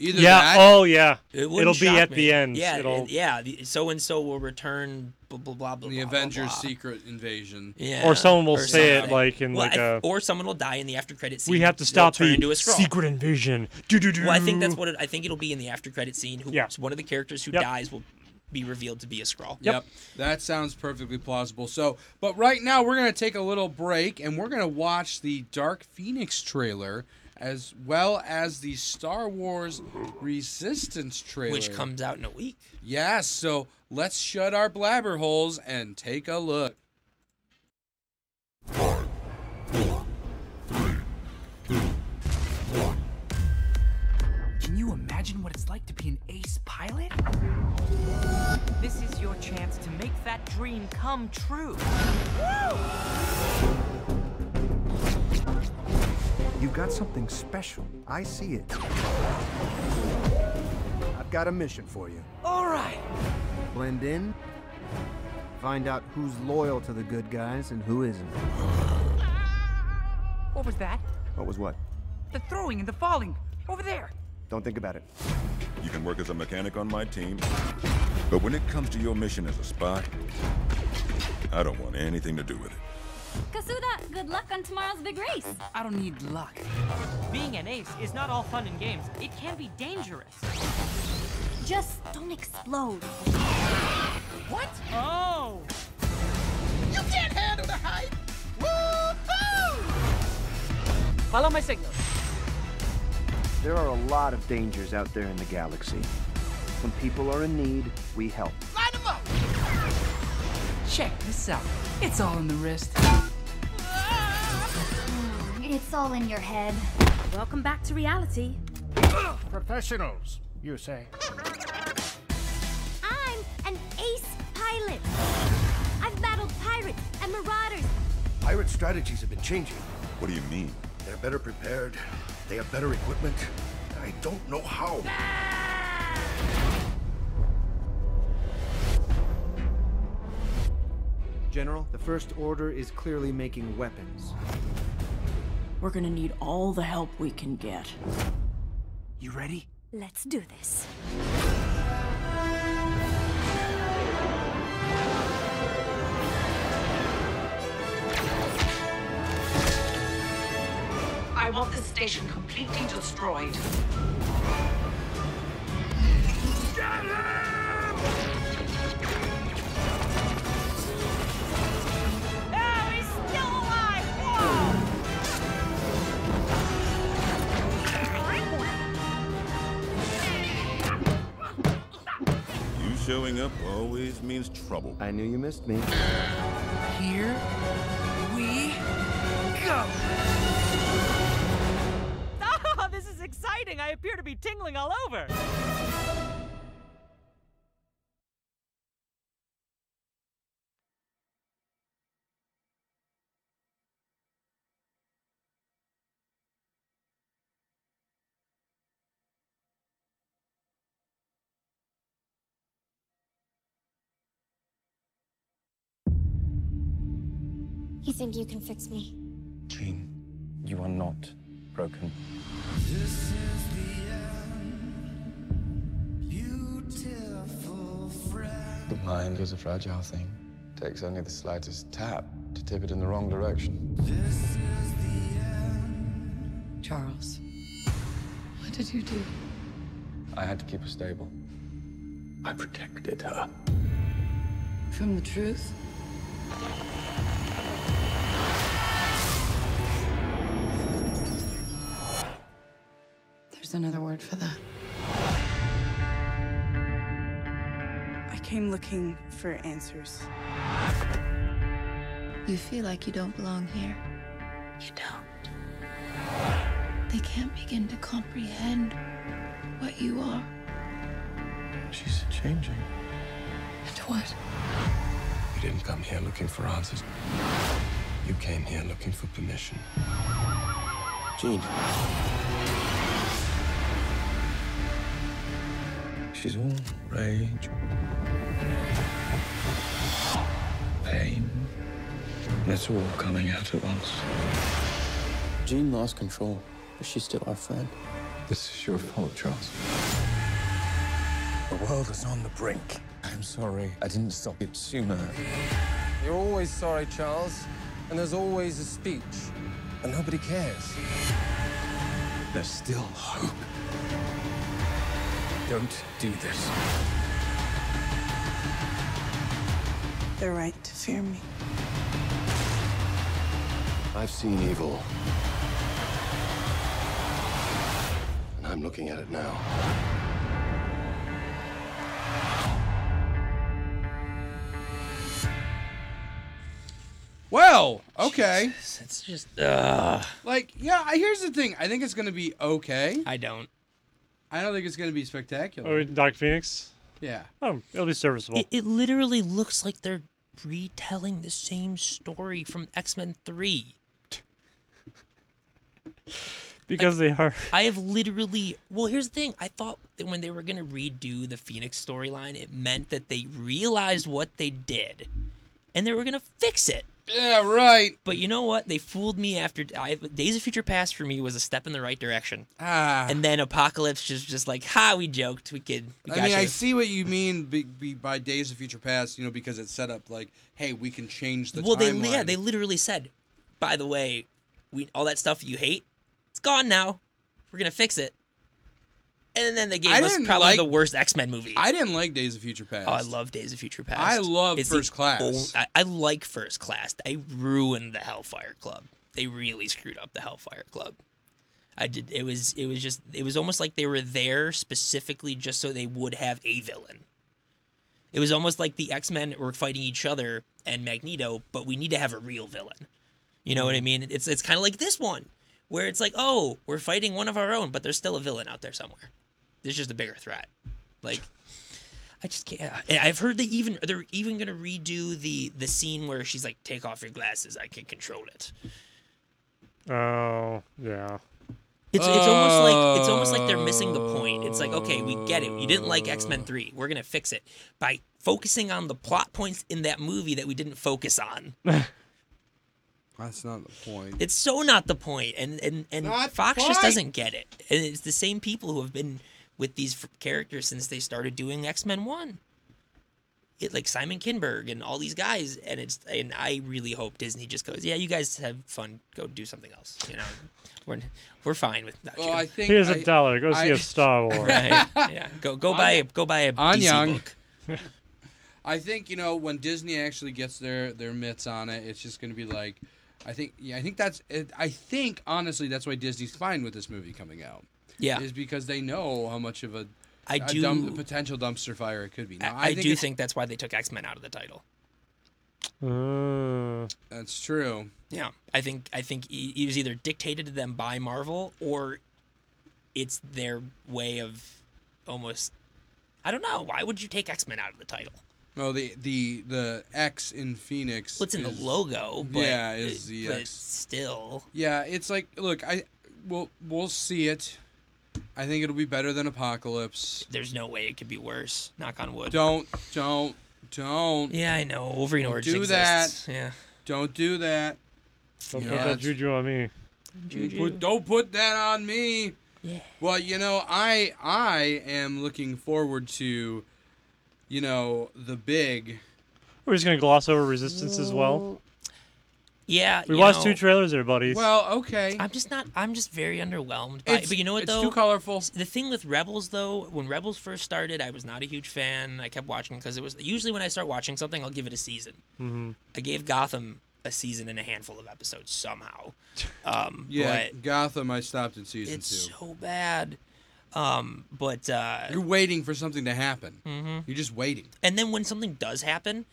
A: Either
D: Yeah.
A: that,
D: Oh, yeah.
B: It wouldn't
D: It'll be
B: shock
D: at
B: me.
D: the end.
B: Yeah,
D: It'll-
B: and- yeah. So and so will return. Blah blah blah. blah
A: the
B: blah, blah,
A: Avengers
B: blah.
A: secret invasion.
B: Yeah.
D: Or someone will say it
B: something.
D: like in
B: Well,
D: like
B: I-
D: a.
B: or someone will die in the after credit scene.
D: We have to
B: They'll
D: stop
B: turn
D: the
B: into a Skrull.
D: secret invasion. Doo-doo-doo.
B: Well, I think that's what it, I think it'll be in the after credit scene. Who
D: Yeah.
B: one of the characters who
D: Yep.
B: dies will be revealed to be a Skrull.
A: Yep. That sounds perfectly plausible. So, but right now we're going to take a little break and we're going to watch the Dark Phoenix trailer as well as the Star Wars Resistance trailer.
B: Which comes out in a week.
A: Yes, so let's shut our blabber holes and take a look.
C: Can you imagine what it's like to be an ace pilot?
E: This is your chance to make that dream come true.
F: You've got something special. I see it. I've got a mission for you.
C: All right.
F: Blend in, find out who's loyal to the good guys and who isn't.
E: What was that?
F: What was what?
E: The throwing and the falling. Over there.
F: Don't think about it.
G: You can work as a mechanic on my team, but when it comes to your mission as a spy, I don't want anything to do with it.
H: Kasuda, good luck on tomorrow's big race.
C: I don't need luck.
E: Being an ace is not all fun and games. It can be dangerous.
H: Just don't explode.
E: What? Oh. You can't handle the hype. Woo-hoo! Follow my signal.
F: There are a lot of dangers out there in the galaxy. When people are in need, we help.
E: Line them up.
C: Check this out. It's all in the wrist.
H: It's all in your head. Welcome back to reality.
I: Professionals, you say?
H: I'm an ace pilot. I've battled pirates and marauders.
J: Pirate strategies have been changing.
G: What do you mean?
J: They're better prepared. They have better equipment. I don't know how.
F: General, the First Order is clearly making weapons.
K: We're gonna need all the help we can get.
C: You ready?
H: Let's do this.
E: I want this station completely destroyed. Oh, he's still alive! Whoa!
G: You showing up always means trouble.
F: I knew you missed me.
C: Here we go.
E: Oh, this is exciting! I appear to be tingling all over.
H: You think you can fix me?
J: You are not broken.
L: The mind is a fragile thing. Takes only the slightest tap to tip it in the wrong direction.
K: Charles, what did you do?
L: I had to keep her stable. I protected her.
K: From the truth? There's another word for that. I came looking for answers. You feel like you don't belong here. You don't. They can't begin to comprehend what you are.
L: She's changing.
K: And what?
L: You didn't come here looking for answers. You came here looking for permission. Jean. She's all rage, pain. And it's all coming out at once. Jean lost control, but she's still our friend. This is your fault, Charles.
J: world is on the brink.
L: I'm sorry, I didn't stop it sooner.
M: You're always sorry, Charles. And there's always a speech. And nobody cares.
L: There's still hope.
J: Don't do this.
K: The right to fear me.
L: I've seen evil. And I'm looking at it now.
A: Well, okay.
B: it's just Ugh.
A: like yeah. I- Here's the thing. I think it's gonna be okay.
B: I don't.
A: I don't think it's gonna be spectacular.
D: Oh, Doc Phoenix.
A: Yeah.
D: Oh, it'll be serviceable.
B: It, it literally looks like they're retelling the same story from X Men 3.
D: because they are.
B: I have literally. Well, here's the thing. I thought that when they were going to redo the Phoenix storyline, it meant that they realized what they did and they were going to fix it.
A: Yeah, right.
B: But you know what? They fooled me after. I, Days of Future Past for me was a step in the right direction.
A: Ah.
B: And then Apocalypse was just like, ha, we joked. We kid. We
A: I
B: got
A: mean, I
B: you."
A: see what you mean be, be, by Days of Future Past, you know, because it's set up like, hey, we can change the
B: well, they
A: timeline.
B: yeah, they literally said, by the way, we all that stuff you hate, it's gone now. We're gonna fix it. And then they gave
A: I
B: us
A: didn't
B: probably
A: like-
B: the worst X Men movie.
A: I didn't like Days of Future Past.
B: Oh, I love Days of Future Past.
A: I love
B: the
A: First Class.
B: ol- I, I like First Class. They ruined the Hellfire Club. They really screwed up the Hellfire Club. I did. It was. It was just. It was almost like they were there specifically just so they would have a villain. It was almost like the X Men were fighting each other and Magneto, but we need to have a real villain. You know what
A: Mm-hmm.
B: I mean? It's it's kind of like this one, where it's like, oh, we're fighting one of our own, but there's still a villain out there somewhere. There's just a bigger threat. Like, I just can't. And I've heard they even they're even gonna redo the the scene where she's like, take off your glasses, I can control it.
D: Oh, yeah.
B: It's it's almost like it's almost like they're missing the point. It's like, okay, we get it. You didn't like X Men three. We're gonna fix it by focusing on the plot points in that movie that we didn't focus on.
A: That's not the point.
B: It's so not the point, and and and
A: Not
B: Fox
A: point.
B: just doesn't get it. And it's the same people who have been with these f- characters since they started doing X Men One. It like Simon Kinberg and all these guys, and it's and I really hope Disney just goes, yeah, you guys have fun, go do something else. You know, we're we're fine with that.
A: Well, I think
D: Here's
A: a
D: a dollar. Go see
A: a
D: a Star Wars. Uh,
B: Right? yeah. Go go buy a go buy a
A: Anyang.
B: DC book.
A: I think you know when Disney actually gets their their mitts on it, it's just going to be like, I think yeah, I think that's it, I think honestly that's why Disney's fine with this movie coming out.
B: Yeah.
A: is because they know how much of a
B: I
A: a
B: do-
A: dump- potential dumpster fire it could be. Now,
B: I, I do
A: it's-
B: think that's why they took X Men out of the title.
A: that's true.
B: Yeah, I think I think i- it was either dictated to them by Marvel or it's their way of almost. I don't know. Why would you take X Men out of the title?
A: Well, the the the X in Phoenix.
B: What's in
A: is-
B: the logo? But,
A: yeah, is the
B: but
A: X.
B: still.
A: Yeah, it's like look, I we'll we'll see it. I think it'll be better than Apocalypse.
B: There's no way it could be worse. Knock on wood.
A: Don't don't don't.
B: Yeah, I know. Wolverine
A: Don't
B: Origins
A: do that.
B: exists. Yeah.
A: Don't do that.
D: Don't
A: Yeah.
D: put that juju on me.
A: Don't put- don't put that on me.
B: Yeah.
A: Well, you know, I I am looking forward to, you know, the big.
D: We're just gonna gloss over Resistance as well.
B: Yeah.
D: We
B: you
D: watched
B: know,
D: two trailers, there, buddies.
A: Well, okay.
B: I'm just not. I'm just very underwhelmed. By,
A: It's-
B: it. but you know what
A: it's
B: though?
A: too colorful.
B: The thing with Rebels though, when Rebels first started, I was not a huge fan. I kept watching because it was usually when I start watching something, I'll give it a season.
D: Mhm.
B: I gave Gotham a season and a handful of episodes somehow. Um,
A: Yeah,
B: but
A: Gotham. I stopped at season
B: it's
A: two.
B: so bad. Um, but uh,
A: You're waiting for something to happen.
B: Mhm.
A: You're just waiting.
B: and then when something does happen,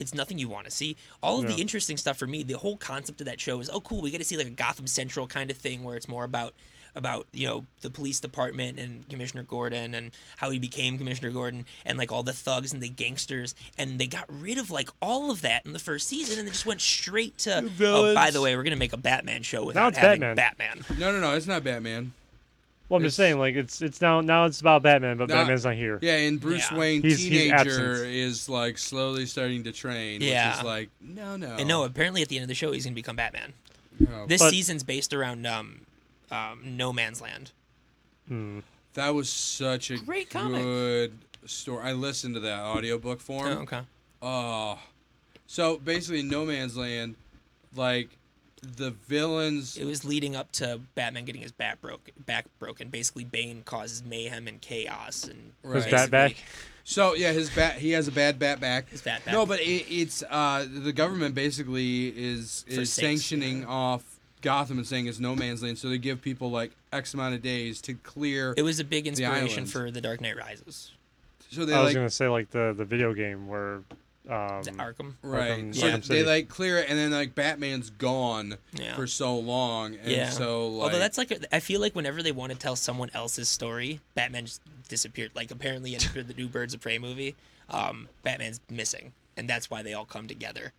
B: it's nothing you want to see. All of
D: Yeah.
B: the interesting stuff for me, the whole concept of that show is, oh, cool, we get to see like a Gotham Central kind of thing where it's more about about you know the police department and Commissioner Gordon and how he became Commissioner Gordon and like all the thugs and the gangsters and they got rid of like all of that in the first season and they just went straight to. Oh, by
D: villains.
B: the way, we're gonna make a Batman show
D: Now
B: without
D: it's
B: having
D: Batman.
B: Batman.
A: No, no, no. It's not Batman.
D: Well, I'm just saying, like it's it's now now it's about Batman, but
A: Nah.
D: Batman's not here.
A: Yeah, and Bruce
B: Yeah.
A: Wayne
D: He's- he's
A: teenager
D: absent.
A: is like slowly starting to train. which
B: Yeah.
A: is like no, no.
B: And no, apparently at the end of the show he's gonna become Batman.
A: No.
B: This
D: Oh. But-
B: season's based around um, um, No Man's Land.
D: Hmm.
A: That was such a
B: Great comic.
A: good story. I listened to that audiobook for him.
B: Oh, okay.
A: Oh. So basically, in No Man's Land, like the villains.
B: It was leading up to Batman getting his back broke, back broken. Basically, Bane causes mayhem and chaos, and
D: His bat back.
A: So yeah, his bat. He has a bad bat back.
B: His bat
A: No,
B: back.
A: but it, it's uh, the government basically is
B: For
A: is
B: sakes,
A: sanctioning off Gotham and saying it's no man's land. So they give people like X amount of days to clear.
B: it was a big
A: the
B: inspiration
A: island.
B: for The Dark Knight Rises.
A: So they
D: I was
A: like
D: gonna say like the the video game where. Um,
A: Mm.
B: Arkham?
A: right.
D: Arkham-
A: So
D: Arkham
A: they
D: City.
A: like clear it, and then like Batman's gone
B: Yeah.
A: for so long, and
B: yeah.
A: so like
B: although that's like a, I feel like whenever they want to tell someone else's story, Batman just disappeared. Like apparently in the new Birds of Prey movie, um, Batman's missing, and that's why they all come together.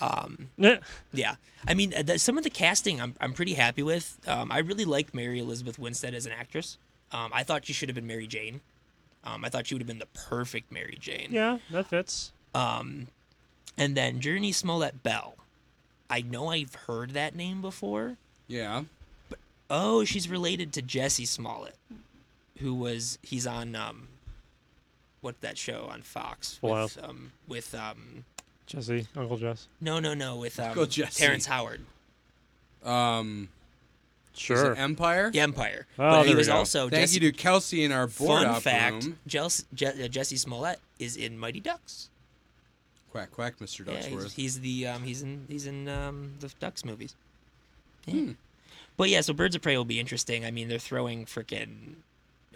B: Um,
D: Yeah.
B: yeah, I mean uh, the, some of the casting I'm I'm pretty happy with. Um, I really liked Mary Elizabeth Winstead as an actress. Um, I thought she should have been Mary Jane. Um, I thought she would have been the perfect Mary Jane.
D: Yeah, that fits.
B: Um, and then Journey Smollett Bell. I know I've heard that name before.
A: yeah.
B: Oh, she's related to Jesse Smollett, who was he's on um, what that show on Fox
D: Wow.
B: with um with um
D: Jesse, Uncle Jess.
B: no no no with um
A: Go Jesse.
B: Terrence Howard.
A: Um, was it
D: Sure.
A: Empire.
B: Yeah, Empire.
A: Oh,
B: but he
A: there we
B: was
A: go.
B: also
A: Thank
B: Jesse,
A: you to Kelsey in our board
B: fun
A: op
B: fact.
A: room.
B: Jels- Je- uh, Jesse Smollett is in Mighty Ducks.
A: Quack quack, Mr.
B: Yeah, he's,
A: Ducksworth.
B: he's the um he's in he's in um the Ducks movies. Yeah. But yeah, so Birds of Prey will be interesting. I mean, they're throwing freaking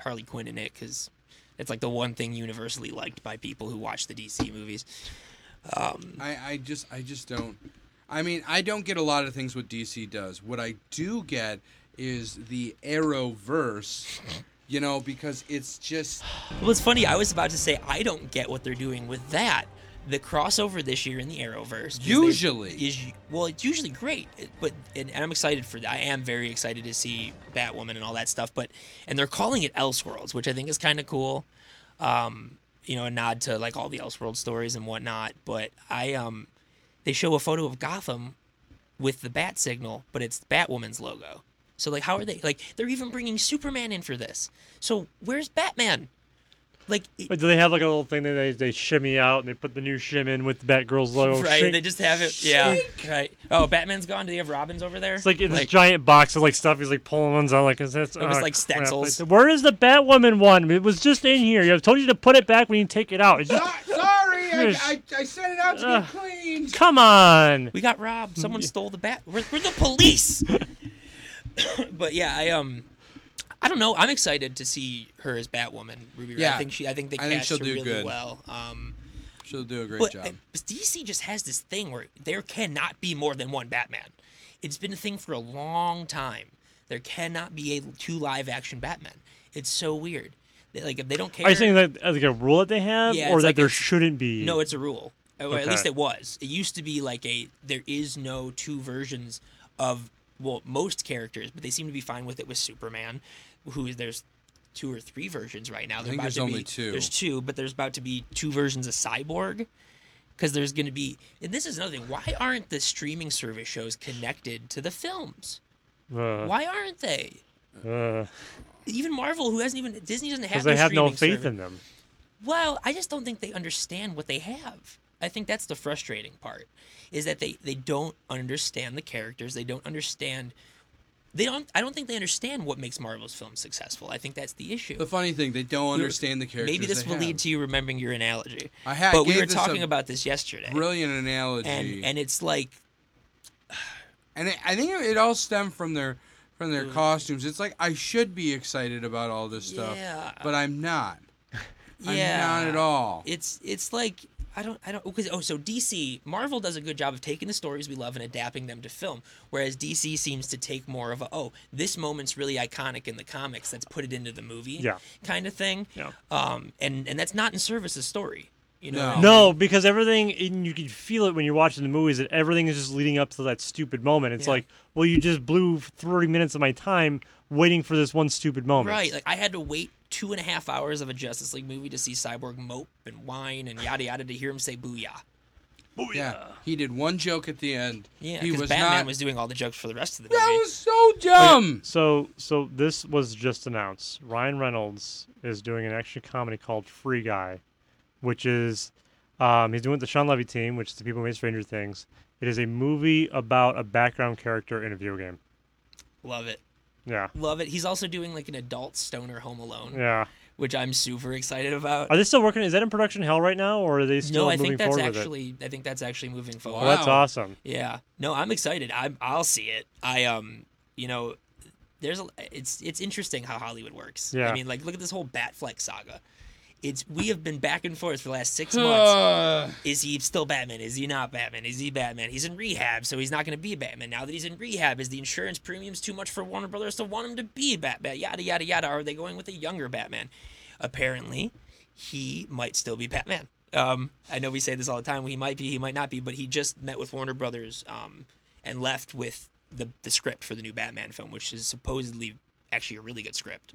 B: Harley Quinn in it because it's like the one thing universally liked by people who watch the DC movies. Um,
A: I, I just I just don't. I mean, I don't get a lot of things what DC does. What I do get is the Arrowverse, you know, because it's just
B: well, it's funny. I was about to say I don't get what they're doing with that. The crossover this year in the Arrowverse is they-
A: Usually.
B: is well, it's usually great, it- but and, and I'm excited for that. I am very excited to see Batwoman and all that stuff. But and they're calling it Elseworlds, which I think is kind of cool. Um, you know, a nod to like all the Elseworld stories and whatnot. But I um, they show a photo of Gotham with the bat signal, but it's Batwoman's logo. So like, how are they like? They're even bringing Superman in for this. So where's Batman? Like, e-, it-
D: But do they have like a little thing that they, they shimmy out and they put the new shim in with Batgirl's logo?
B: right?
D: Shake-
B: They just have it. Yeah. Right. Oh, Batman's gone. Do they have Robins over there?
D: It's like in this giant box of like stuff. He's like pulling ones out, like is that?
B: It was like stencils.
D: Where is the Batwoman one? It was just in here. I told you to put it back when you take it out. It's just,
A: sorry. I,
D: Yes.
A: I, I set it out to
D: Ugh.
A: be cleaned.
D: come on.
B: We got robbed. Someone stole the bat. We're, we're the police. but yeah, I um, I don't know. I'm excited to see her as Batwoman. Ruby. Riott.
A: Yeah.
B: I think she. I think they
A: I
B: cast
A: think she'll
B: her
A: do
B: really
A: good.
B: well. Um,
A: She'll do a great
B: but
A: job.
B: uh, DC just has this thing where there cannot be more than one Batman. It's been a thing for a long time. There cannot be a two live action Batman. It's so weird. They, like if they don't care.
D: Are you saying that as like a rule that they have,
B: Yeah,
D: or
B: it's
D: that
B: like
D: there
B: it's-
D: shouldn't be?
B: No, it's a rule. Or
D: Okay.
B: at least it was. It used to be like a there is no two versions of well most characters, but they seem to be fine with it with Superman, who is there's two or three versions right now. They're
A: think there's
B: about to be-
A: only two.
B: There's two, but there's about to be two versions of Cyborg. Because there's going to be, and this is another thing. Why aren't the streaming service shows connected to the films?
D: Uh,
B: Why aren't they?
D: uh,
B: Even Marvel, who hasn't even Disney doesn't have.
D: Because they
B: no
D: have no
B: streaming
D: faith
B: service.
D: in them.
B: Well, I just don't think they understand what they have. I think that's the frustrating part is that they they don't understand the characters. They don't understand they don't I don't think they understand what makes Marvel's films successful. I think that's the issue.
A: the funny thing, they don't
B: We were-
A: understand the characters.
B: Maybe this
A: they
B: will
A: have.
B: lead to you remembering your analogy.
A: I had-
B: but we
A: gave
B: were
A: this
B: talking
A: a
B: about this yesterday.
A: brilliant analogy,
B: And and it's like
A: And it, I think it all stemmed from their from their
B: Mm.
A: costumes. It's like I should be excited about all this stuff,
B: Yeah.
A: but I'm not.
B: yeah,
A: I'm not at all.
B: It's it's like I don't I don't because oh so DC Marvel does a good job of taking the stories we love and adapting them to film, whereas DC seems to take more of a oh this moment's really iconic in the comics let's put it into the movie
D: Yeah.
B: kind of thing
D: Yeah.
B: um and and that's not in service of story you know what I mean?
D: No, because everything and you can feel it when you're watching the movies that everything is just leading up to that stupid moment. It's
B: Yeah.
D: like, well, you just blew 30 minutes of my time waiting for this one stupid moment.
B: Right. Like I had to wait two and a half hours of a Justice League movie to see Cyborg mope and whine and yada yada to hear him say booyah.
A: Yeah, he did one joke at the end.
B: Oh, Yeah,
A: he
B: because
A: was
B: Batman
A: not.
B: was doing all the jokes for the rest of the
A: that
B: movie.
A: was so dumb.
D: So so this was just announced. Ryan Reynolds is doing an action comedy called Free Guy, which is um, he's doing it with the Sean Levy team, which is the people who made Stranger Things. It is a movie about a background character in a video game.
B: Love it.
D: Yeah.
B: Love it. He's also doing like an adult stoner Home Alone.
D: Yeah.
B: Which I'm super excited about.
D: Are they still working? Is that in production hell right now, or are they still
B: no, I
D: moving
B: think that's
D: forward with
B: actually. I think that's actually moving forward.
D: Well, that's Wow. awesome.
B: Yeah. No, I'm excited. I'm. I'll see it. I um. You know, there's a. It's it's interesting how Hollywood works.
D: Yeah.
B: I mean, like, look at this whole Batfleck saga. It's we have been back and forth for the last six
A: Uh.
B: months. Is he still Batman? Is he not Batman? Is he Batman? He's in rehab, so he's not going to be Batman. Now that he's in rehab, is the insurance premiums too much for Warner Brothers to want him to be Batman? Yada yada yada. Are they going with a younger Batman? Apparently, he might still be Batman. Um, I know we say this all the time. He might be, he might not be, but he just met with Warner Brothers um, and left with the, the script for the new Batman film, which is supposedly actually a really good script.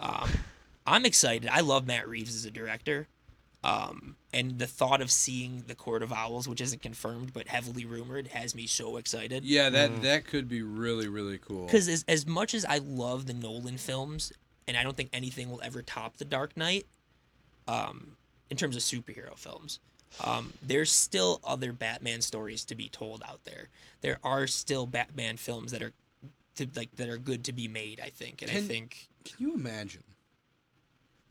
B: Um, I'm excited. I love Matt Reeves as a director. Um, and the thought of seeing The Court of Owls, which isn't confirmed but heavily rumored, has me so excited.
A: Yeah, that that could be really really cool.
B: Mm. Because as, as much as I love the Nolan films, and I don't think anything will ever top The Dark Knight, um, in terms of superhero films, um, there's still other Batman stories to be told out there. There are still Batman films that are to, like that are good to be made. I think, and I
A: Can-
B: think
A: Can you imagine?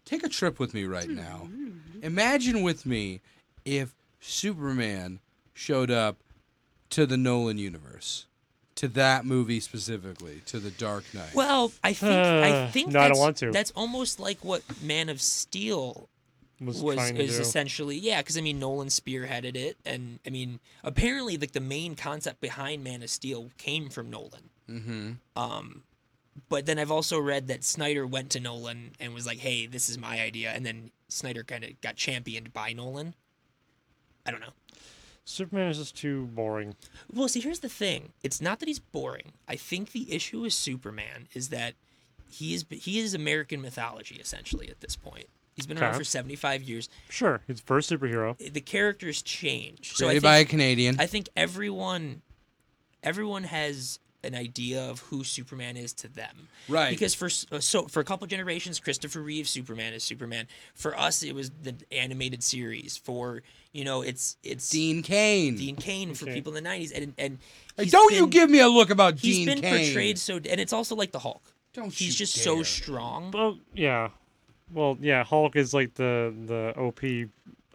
A: Take a trip with me right now.
B: Mm-hmm.
A: Imagine with me if Superman showed up to the Nolan universe, to that movie specifically, to the Dark Knight.
B: Well, I think I
A: Uh,
B: think
A: no, I don't
B: that's-
A: want to.
B: That's almost like what Man of Steel
D: Was
B: was,
D: trying to
B: is
D: do.
B: essentially yeah, because I mean Nolan spearheaded it, and I mean apparently like the main concept behind Man of Steel came from Nolan.
A: Mm-hmm.
B: Um, but then I've also read that Snyder went to Nolan and was like, "Hey, this is my idea," and then Snyder kind of got championed by Nolan. I don't know.
D: it? Superman is just too boring.
B: Well, see, here's the thing. It's not that he's boring. I think the issue with Superman is that he is he is American mythology essentially at this point. He's been around
D: Okay.
B: for 75 years.
D: Sure, he's the first superhero.
B: The characters change. I
A: Created by a
B: think-
A: Canadian.
B: I think everyone everyone has an idea of who Superman is to them.
A: Right.
B: Because for s- uh, so for a couple generations Christopher Reeve Superman is Superman. For us it was the animated series. For, you know, it's it's
A: Dean Kane.
B: Dean Kane for
A: Okay.
B: people in the 90s and and
A: Hey,
B: he's
A: don't you
B: been-
A: give me a look about
B: He's
A: Dean
B: been
A: Cain.
B: portrayed so, and it's also like the Hulk.
A: Don't
B: he's
A: you
B: just
A: dare.
B: so strong.
D: Well, yeah. Well, yeah. Hulk is like the the OP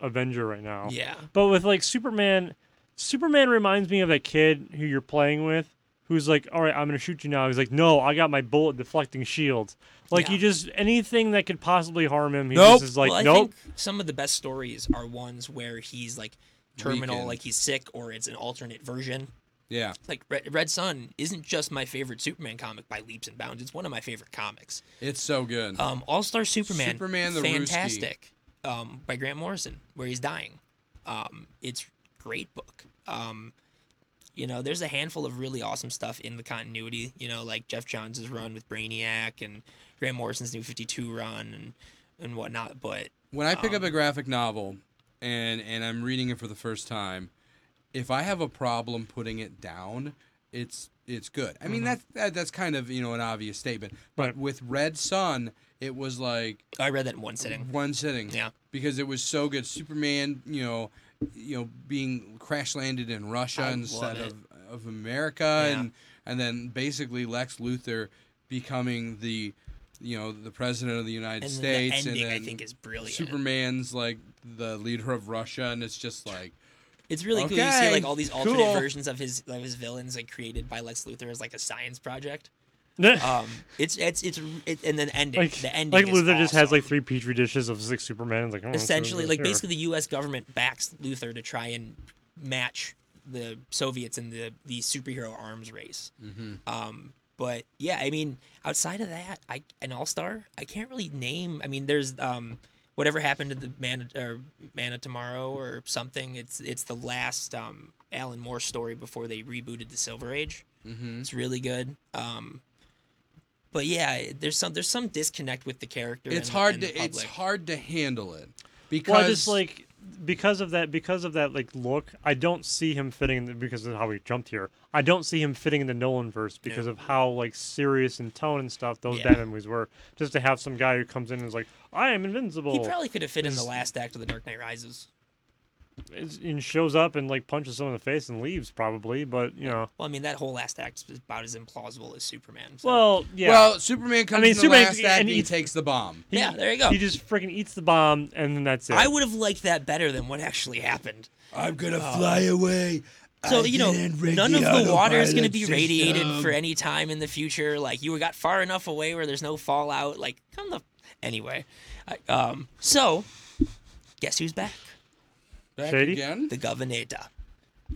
D: Avenger right now.
B: Yeah.
D: But with like Superman, Superman reminds me of that kid who you're playing with, who's like, "All right, I'm gonna shoot you now." He's like, "No, I got my bullet deflecting shield." Like you just anything that could possibly harm him, he just is like,
B: well, I
D: "Nope."
B: think some of the best stories are ones where he's like terminal,
A: Weakened.
B: like he's sick, or it's an alternate version.
A: Yeah.
B: Like Red, Red Sun isn't just my favorite Superman comic by leaps and bounds. It's one of my favorite comics.
A: It's so good.
B: Um, All Star Superman,
A: Superman the Roosty.
B: fantastic, um, by Grant Morrison, where he's dying. Um, it's great book. Um, you know, there's a handful of really awesome stuff in the continuity. You know, like Jeff Johns' run with Brainiac and Grant Morrison's New Fifty Two run and and whatnot. But
A: When I pick
B: um,
A: up a graphic novel and and I'm reading it for the first time, if I have a problem putting it down, it's it's good. I mean
B: Mhm.
A: that's that, that's kind of you know an obvious statement, but with Red Sun, it was like
B: I read that in one sitting.
A: One sitting,
B: Yeah.
A: because it was so good. Superman, you know, you know, being crash landed in Russia
B: I
A: instead
B: love it.
A: of of America,
B: Yeah.
A: and and then basically Lex Luthor becoming the you know the president of the United
B: And then the
A: States,
B: ending, I
A: and then
B: think, is brilliant.
A: Superman's like the leader of Russia, and it's just like
B: It's really cool. You see
A: okay,
B: like all these alternate
A: cool.
B: versions of his of his villains like created by Lex Luthor as like a science project.
D: Yeah.
B: um, it's it's it's it, and then ending
D: Like,
B: the ending
D: like
B: is
D: Luther just
B: awesome.
D: has like three petri dishes of six Superman. Like oh, let's do
B: essentially
D: this
B: like
D: here.
B: basically the U.S. government backs Luthor to try and match the Soviets in the the superhero arms race.
A: Mhm.
B: Um, but yeah, I mean, outside of that, I an All Star, I can't really name. I mean, there's um, whatever happened to the Man or Man of Tomorrow or something. It's it's the last um, Alan Moore story before they rebooted the Silver Age.
A: Mhm.
B: It's really good. Um, but yeah, there's some there's some disconnect with the character.
A: it's
B: and the-
A: hard
B: and the
A: to it's
B: public.
A: hard to handle it because
D: Well, I just like because of that because of that like look, I don't see him fitting in the, because of how he jumped here. I don't see him fitting in the Nolan verse because of how like serious in tone and stuff those
B: Yeah.
D: Batman movies were. Just to have some guy who comes in and is like, I am invincible.
B: He probably could have fit in the
D: Is-
B: last act of The Dark Knight Rises.
D: is- and shows up and like punches someone in the face and leaves probably, but you know.
B: Well, I mean, that whole last act is about as implausible as Superman. so-
D: Well, yeah.
A: Well, Superman comes
D: I mean,
A: in the
D: Superman
A: last
D: and
A: act and he
D: eats-
A: takes the bomb.
D: He-
B: Yeah, there you go.
D: He just freaking eats the bomb and then that's it.
B: I would have liked that better than what actually happened.
A: I'm gonna
D: fly
A: away.
B: So
A: I
B: you know,
A: didn't rig
B: none
A: the
B: of the water is going to
A: autopilot
B: be radiated
A: system.
B: for any time in the future. Like you got far enough away where there's no fallout. Like come the anyway. I, um, so guess who's back?
A: Back Shady? again?
B: The Governator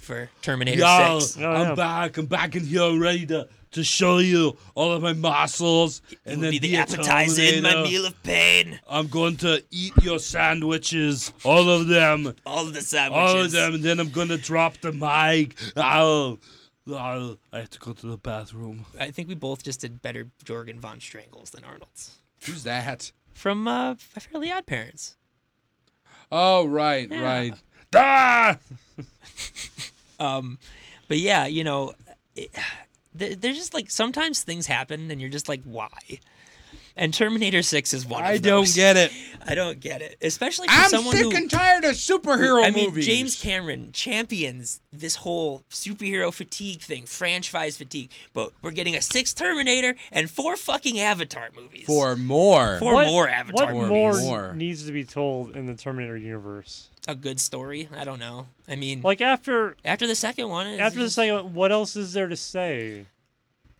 B: for Terminator
N: Yo,
B: Six.
N: I'm back. I'm back in here ready to, to show you all of my muscles. and
B: will
N: then
B: be the
N: a
B: appetizer in my
N: Terminator.
B: meal of pain.
N: I'm going to eat your sandwiches, all of them.
B: All the
N: All of
B: sandwiches.
N: them. And then I'm going to drop the mic. I'll, I'll, I have to go to the bathroom.
B: I think we both just did better Jorgen von Strangles than Arnold's.
A: Who's that?
B: From uh, Fairly Odd Parents.
A: Oh right, right.
B: um, but yeah, you know, it, there- there's just like sometimes things happen and you're just like, why? And Terminator Six is one.
A: I
B: of
A: don't
B: those.
A: get it.
B: I don't get it, especially for
A: I'm
B: someone
A: sick
B: who.
A: and tired of superhero
B: I mean,
A: movies.
B: James Cameron champions this whole superhero fatigue thing, franchise fatigue. But we're getting a six Terminator and four fucking Avatar movies.
A: for more.
B: Four
D: What-
B: more Avatar
D: What
B: movies.
D: more needs to be told in the Terminator universe?
B: A good story. I don't know. I mean,
D: Like after
B: after the second one, it's
D: after the
B: just-
D: second, one, what else is there to say?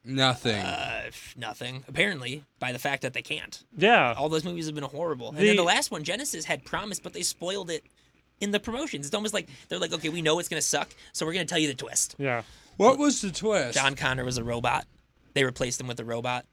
A: Nothing.
B: Uh, nothing. Apparently, by the fact that they can't.
D: Yeah.
B: All those movies have been horrible. and then
D: The-
B: the last one, Genesis, had promise, but they spoiled it in the promotions. It's almost like they're like, okay, we know it's gonna suck, so we're gonna tell you the twist.
D: Yeah.
A: What was the twist?
B: John Connor was a robot. They replaced him with a robot.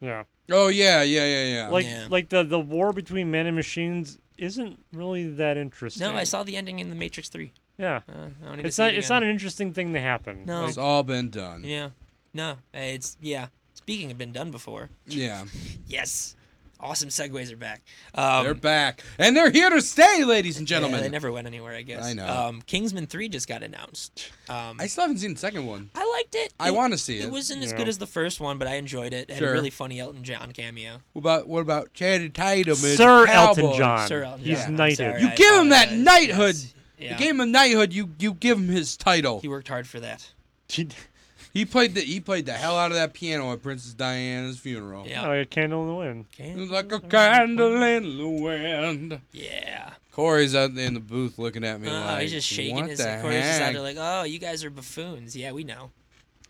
D: Yeah.
A: Oh yeah, yeah, yeah, yeah.
D: Like
B: Yeah.
D: like the the war between man and machines isn't really that interesting.
B: No, I saw the ending in The Matrix Three.
D: Yeah.
B: Uh, I don't need to
D: it's
B: see
D: not
B: it
D: it's
B: again.
D: not an interesting thing to happen.
B: No.
A: It's all been done.
B: um, Yeah. No, uh, it's yeah. Speaking of been done before.
A: Yeah.
B: yes. Awesome segues are back. Um,
A: they're back, and they're here to stay, ladies and
B: yeah,
A: gentlemen.
B: they never went anywhere, I guess.
A: I know.
B: Um, Kingsman Three just got announced. Um,
A: I still haven't seen the second one.
B: I liked it.
A: I wanna see it.
B: It wasn't as
A: Yeah.
B: good as the first one, but I enjoyed it. It had
A: Sure.
B: a really funny Elton John cameo.
A: What about what about Channing Tatum? as
D: Sir
A: a
D: Elton
A: cowboy?
D: John.
B: Sir Elton
D: He's
B: John, I'm
D: knighted.
B: sorry,
A: You
B: I
A: give him that knighthood.
B: Yeah.
A: You gave him a knighthood. You you give him his title.
B: He worked hard for that.
A: He played the he played the hell out of that piano at Princess Diana's funeral.
D: Yeah. Like Uh, a candle in the wind.
A: Like a candle in the wind.
B: Yeah.
A: Corey's out in the booth looking at me
B: Oh,
A: like,
B: he's just shaking
A: what
B: his
A: the
B: of course, he's out
A: heck?
B: there like, oh, you guys are buffoons. Yeah, we know.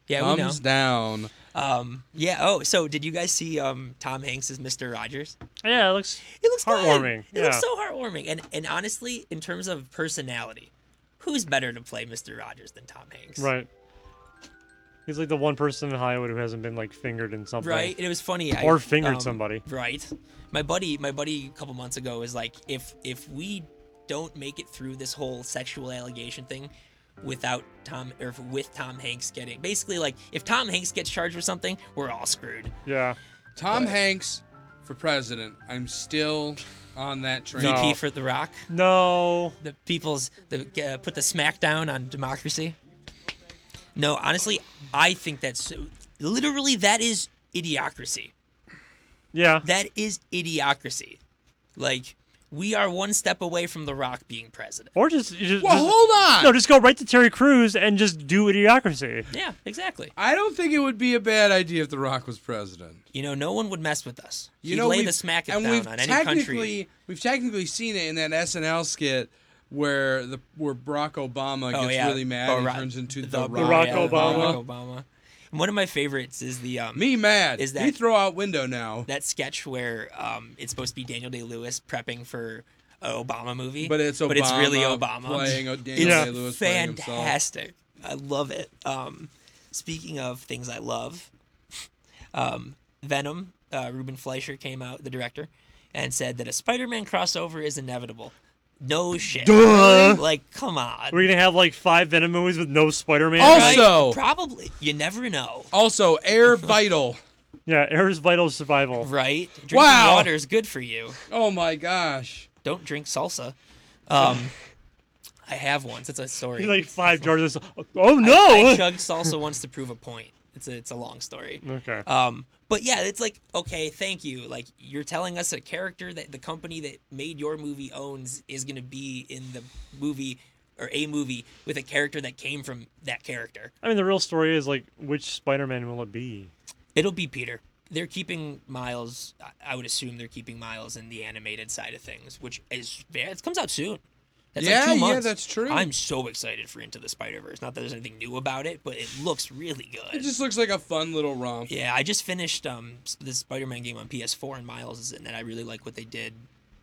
B: Yeah, we know.
A: Thumbs down.
B: Um, yeah. Oh, so did you guys see um, Tom Hanks as Mr. Rogers?
D: Yeah, it looks
B: it looks
D: heartwarming.
B: It
D: yeah.
B: looks so heartwarming. And and honestly, in terms of personality, who's better to play Mr. Rogers than Tom Hanks?
D: Right. He's like the one person in Hollywood who hasn't been like fingered in something.
B: Right, and it was funny. I-
D: Or fingered
B: um,
D: somebody.
B: Right, my buddy, my buddy, a couple months ago was like, if if we don't make it through this whole sexual allegation thing without Tom or with Tom Hanks getting basically like if Tom Hanks gets charged with something, we're all screwed.
D: Yeah.
A: Tom Hanks for president. I'm still on that train.
B: VP for The Rock.
D: No.
B: The people's the uh, put the smack down on democracy. No, honestly, I think that's literally that is idiocracy.
D: Yeah.
B: That is idiocracy. Like we are one step away from The Rock being president.
D: Or just, you just
B: Well,
D: just-
B: hold on!
D: No, just go right to Terry Crews and just do idiocracy.
B: Yeah, exactly.
A: I don't think it would be a bad idea if The Rock was president.
B: You know, no one would mess with us.
A: You
B: He'd
A: know,
B: lay
A: we've-
B: the smack it
A: and
B: down
A: we've
B: on any country.
A: technically- We've technically seen it in that SNL skit where the where Barack Obama
B: Oh,
A: gets
B: yeah.
A: really mad
B: Barack-
A: and turns into the,
B: the
A: Rock,
B: Barack Obama. Barack Obama. And one of my favorites is the um,
A: Me mad.
B: Is
A: Is
B: that-
A: that he throw out window now?
B: that sketch where um, it's supposed to be Daniel Day Lewis prepping for a Obama movie,
A: But it's
B: but it's really
A: Obama
B: Obama
A: playing a
B: it's
A: Daniel Day-Lewis playing himself.
B: fantastic. I love it. Um, speaking of things I love, um, Venom. Uh, Ruben Fleischer came out, the director, and said that a Spider-Man crossover is inevitable. No shit.
D: Duh.
B: Like, come on.
D: We're gonna have like five Venom movies with no Spider-Man.
B: Oh, Right? probably you never know.
A: Also, air vital.
D: yeah, air is vital to survival.
B: Right. Drinking
A: Wow.
B: water is good for you.
A: Oh my gosh.
B: Don't drink salsa. Um, I have once. It's a story.
D: He's like five jars. Of, sal- oh no!
B: I, I chugged salsa once to prove a point. It's a it's a long story.
D: Okay.
B: Um, but yeah, it's like okay, thank you. Like you're telling us a character that the company that made your movie owns is gonna be in the movie or a movie with a character that came from that character.
D: I mean, the real story is like, which Spider-Man will it be?
B: It'll be Peter. They're keeping Miles. I- I would assume they're keeping Miles in the animated side of things, which is yeah, it comes out soon. That's
A: Yeah,
B: like
A: yeah,
B: two months.
A: that's true.
B: I'm so excited for Into the Spider Verse. Not that there's anything new about it, but it looks really good.
A: It just looks like a fun little romp.
B: Yeah, I just finished um s- the Spider-Man game on PS4, and Miles is in it. I really like what they did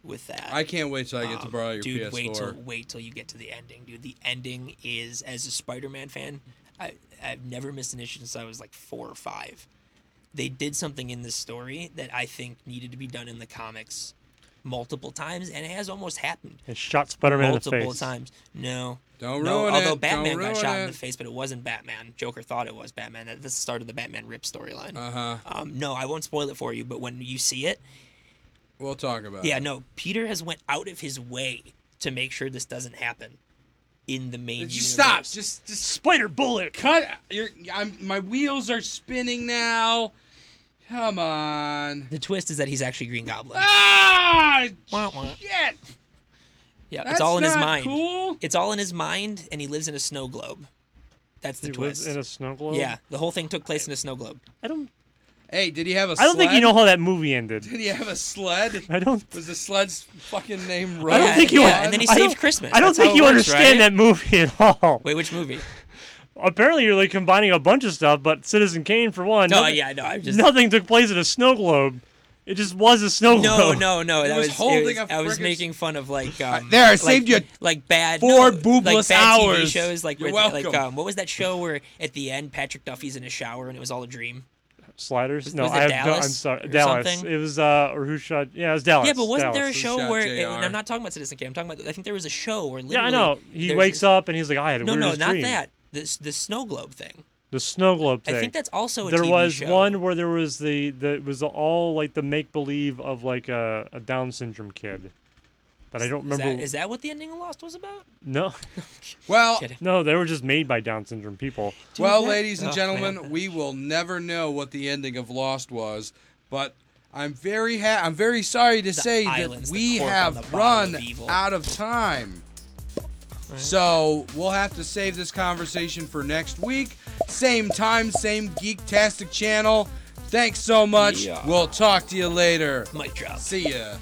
B: with that.
A: I can't wait till I get to
B: Um,
A: borrow your
B: dude,
A: PS4.
B: Wait till wait till you get to the ending, dude. The ending is, as a Spider-Man fan, I I've never missed an issue since I was like four or five. They did something in this story that I think needed to be done in the comics multiple times, and it has almost happened
D: And shot Spider-Man in the
B: multiple
D: face.
B: times. No.
A: Don't
B: no,
A: ruin it.
B: Although
A: Don't
B: Batman got
A: ruin
B: shot in
A: it.
B: the face, but it wasn't Batman. Joker thought it was Batman. That- This started the Batman Rip storyline.
A: Uh-huh.
B: Um, no, I won't spoil it for you, but when you see it,
A: We'll talk about
B: yeah,
A: it.
B: no, Peter has went out of his way to make sure this doesn't happen in the main.
A: Just
B: universe.
A: stop. Just, just spider bullet. Cut. You're, I'm, my wheels are spinning now. Come on.
B: The twist is that he's actually Green Goblin.
A: Ah!
B: Shit. Yeah,
A: That's
B: it's all in his
A: not
B: mind.
A: cool.
B: It's all in his mind, and he lives in a snow globe. That's the
D: He lives
B: twist.
D: in a snow globe?
B: Yeah, the whole thing took place in a snow globe.
D: I don't.
A: Hey, did he have a
D: I don't think you
A: sled?
D: know how that movie ended.
A: Did he have a sled?
D: I don't-
A: Was the sled's fucking name
D: I
A: Rose?
D: don't think you.
A: Sled?
D: I don't- I don't think you understand that movie at all.
B: Wait, which movie?
D: Apparently, you're like combining a bunch of stuff, but Citizen Kane for one.
B: No,
D: nothing-
B: yeah, I know, I'm just-
D: nothing took place in a snow globe. It just was a snow
B: No,
D: globe.
B: no, no.
A: He
B: That
A: was
B: was,
A: holding
B: it was
A: a
B: I was
A: frickin'
B: making fun of like um,
A: there, I
B: like-
A: saved you
B: like bad
A: four
B: no,
A: boobless
B: like bad
A: hours.
B: TV shows like
A: You're
B: where- like
A: welcome.
B: um, what was that show where at the end Patrick Duffy's in a shower and it was all a dream?
D: Sliders.
B: Was-
D: no,
B: was it
D: I have no. I'm
B: Dallas
D: sorry,
B: or
D: Dallas.
B: something?
D: It was uh, or who shot? Yeah, it Uh, was Dallas.
B: yeah, but wasn't there a
D: Dallas.
B: show where it, and I'm not talking about Citizen Kane. I'm talking about I think there was a show where
D: Yeah, I
B: literally
D: know. He
B: there's
D: wakes
B: this-
D: up and he's like, I had a
B: No, no,
D: weirdest
B: not
D: dream.
B: that. This the snow globe thing.
D: The snow globe
B: I
D: thing.
B: think that's also a
D: there
B: TV
D: was
B: show.
D: one where there was the the it was all like the make believe of like a, a Down syndrome kid, but I don't
B: Is
D: remember.
B: that, is that what the ending of Lost was about?
D: No.
A: Well-
D: no, they were just made by Down syndrome people.
A: well, ladies and
B: Oh,
A: gentlemen,
B: man.
A: we will never know what the ending of Lost was, but I'm very ha- I'm very sorry to say that
B: islands, the
A: we
B: cork on the
A: have
B: bottom
A: run
B: of evil.
A: out of time. So we'll have to save this conversation for next week. Same time, same Geektastic channel. Thanks so much.
B: Yeah.
A: We'll talk to you later.
B: Mic drop.
A: See ya.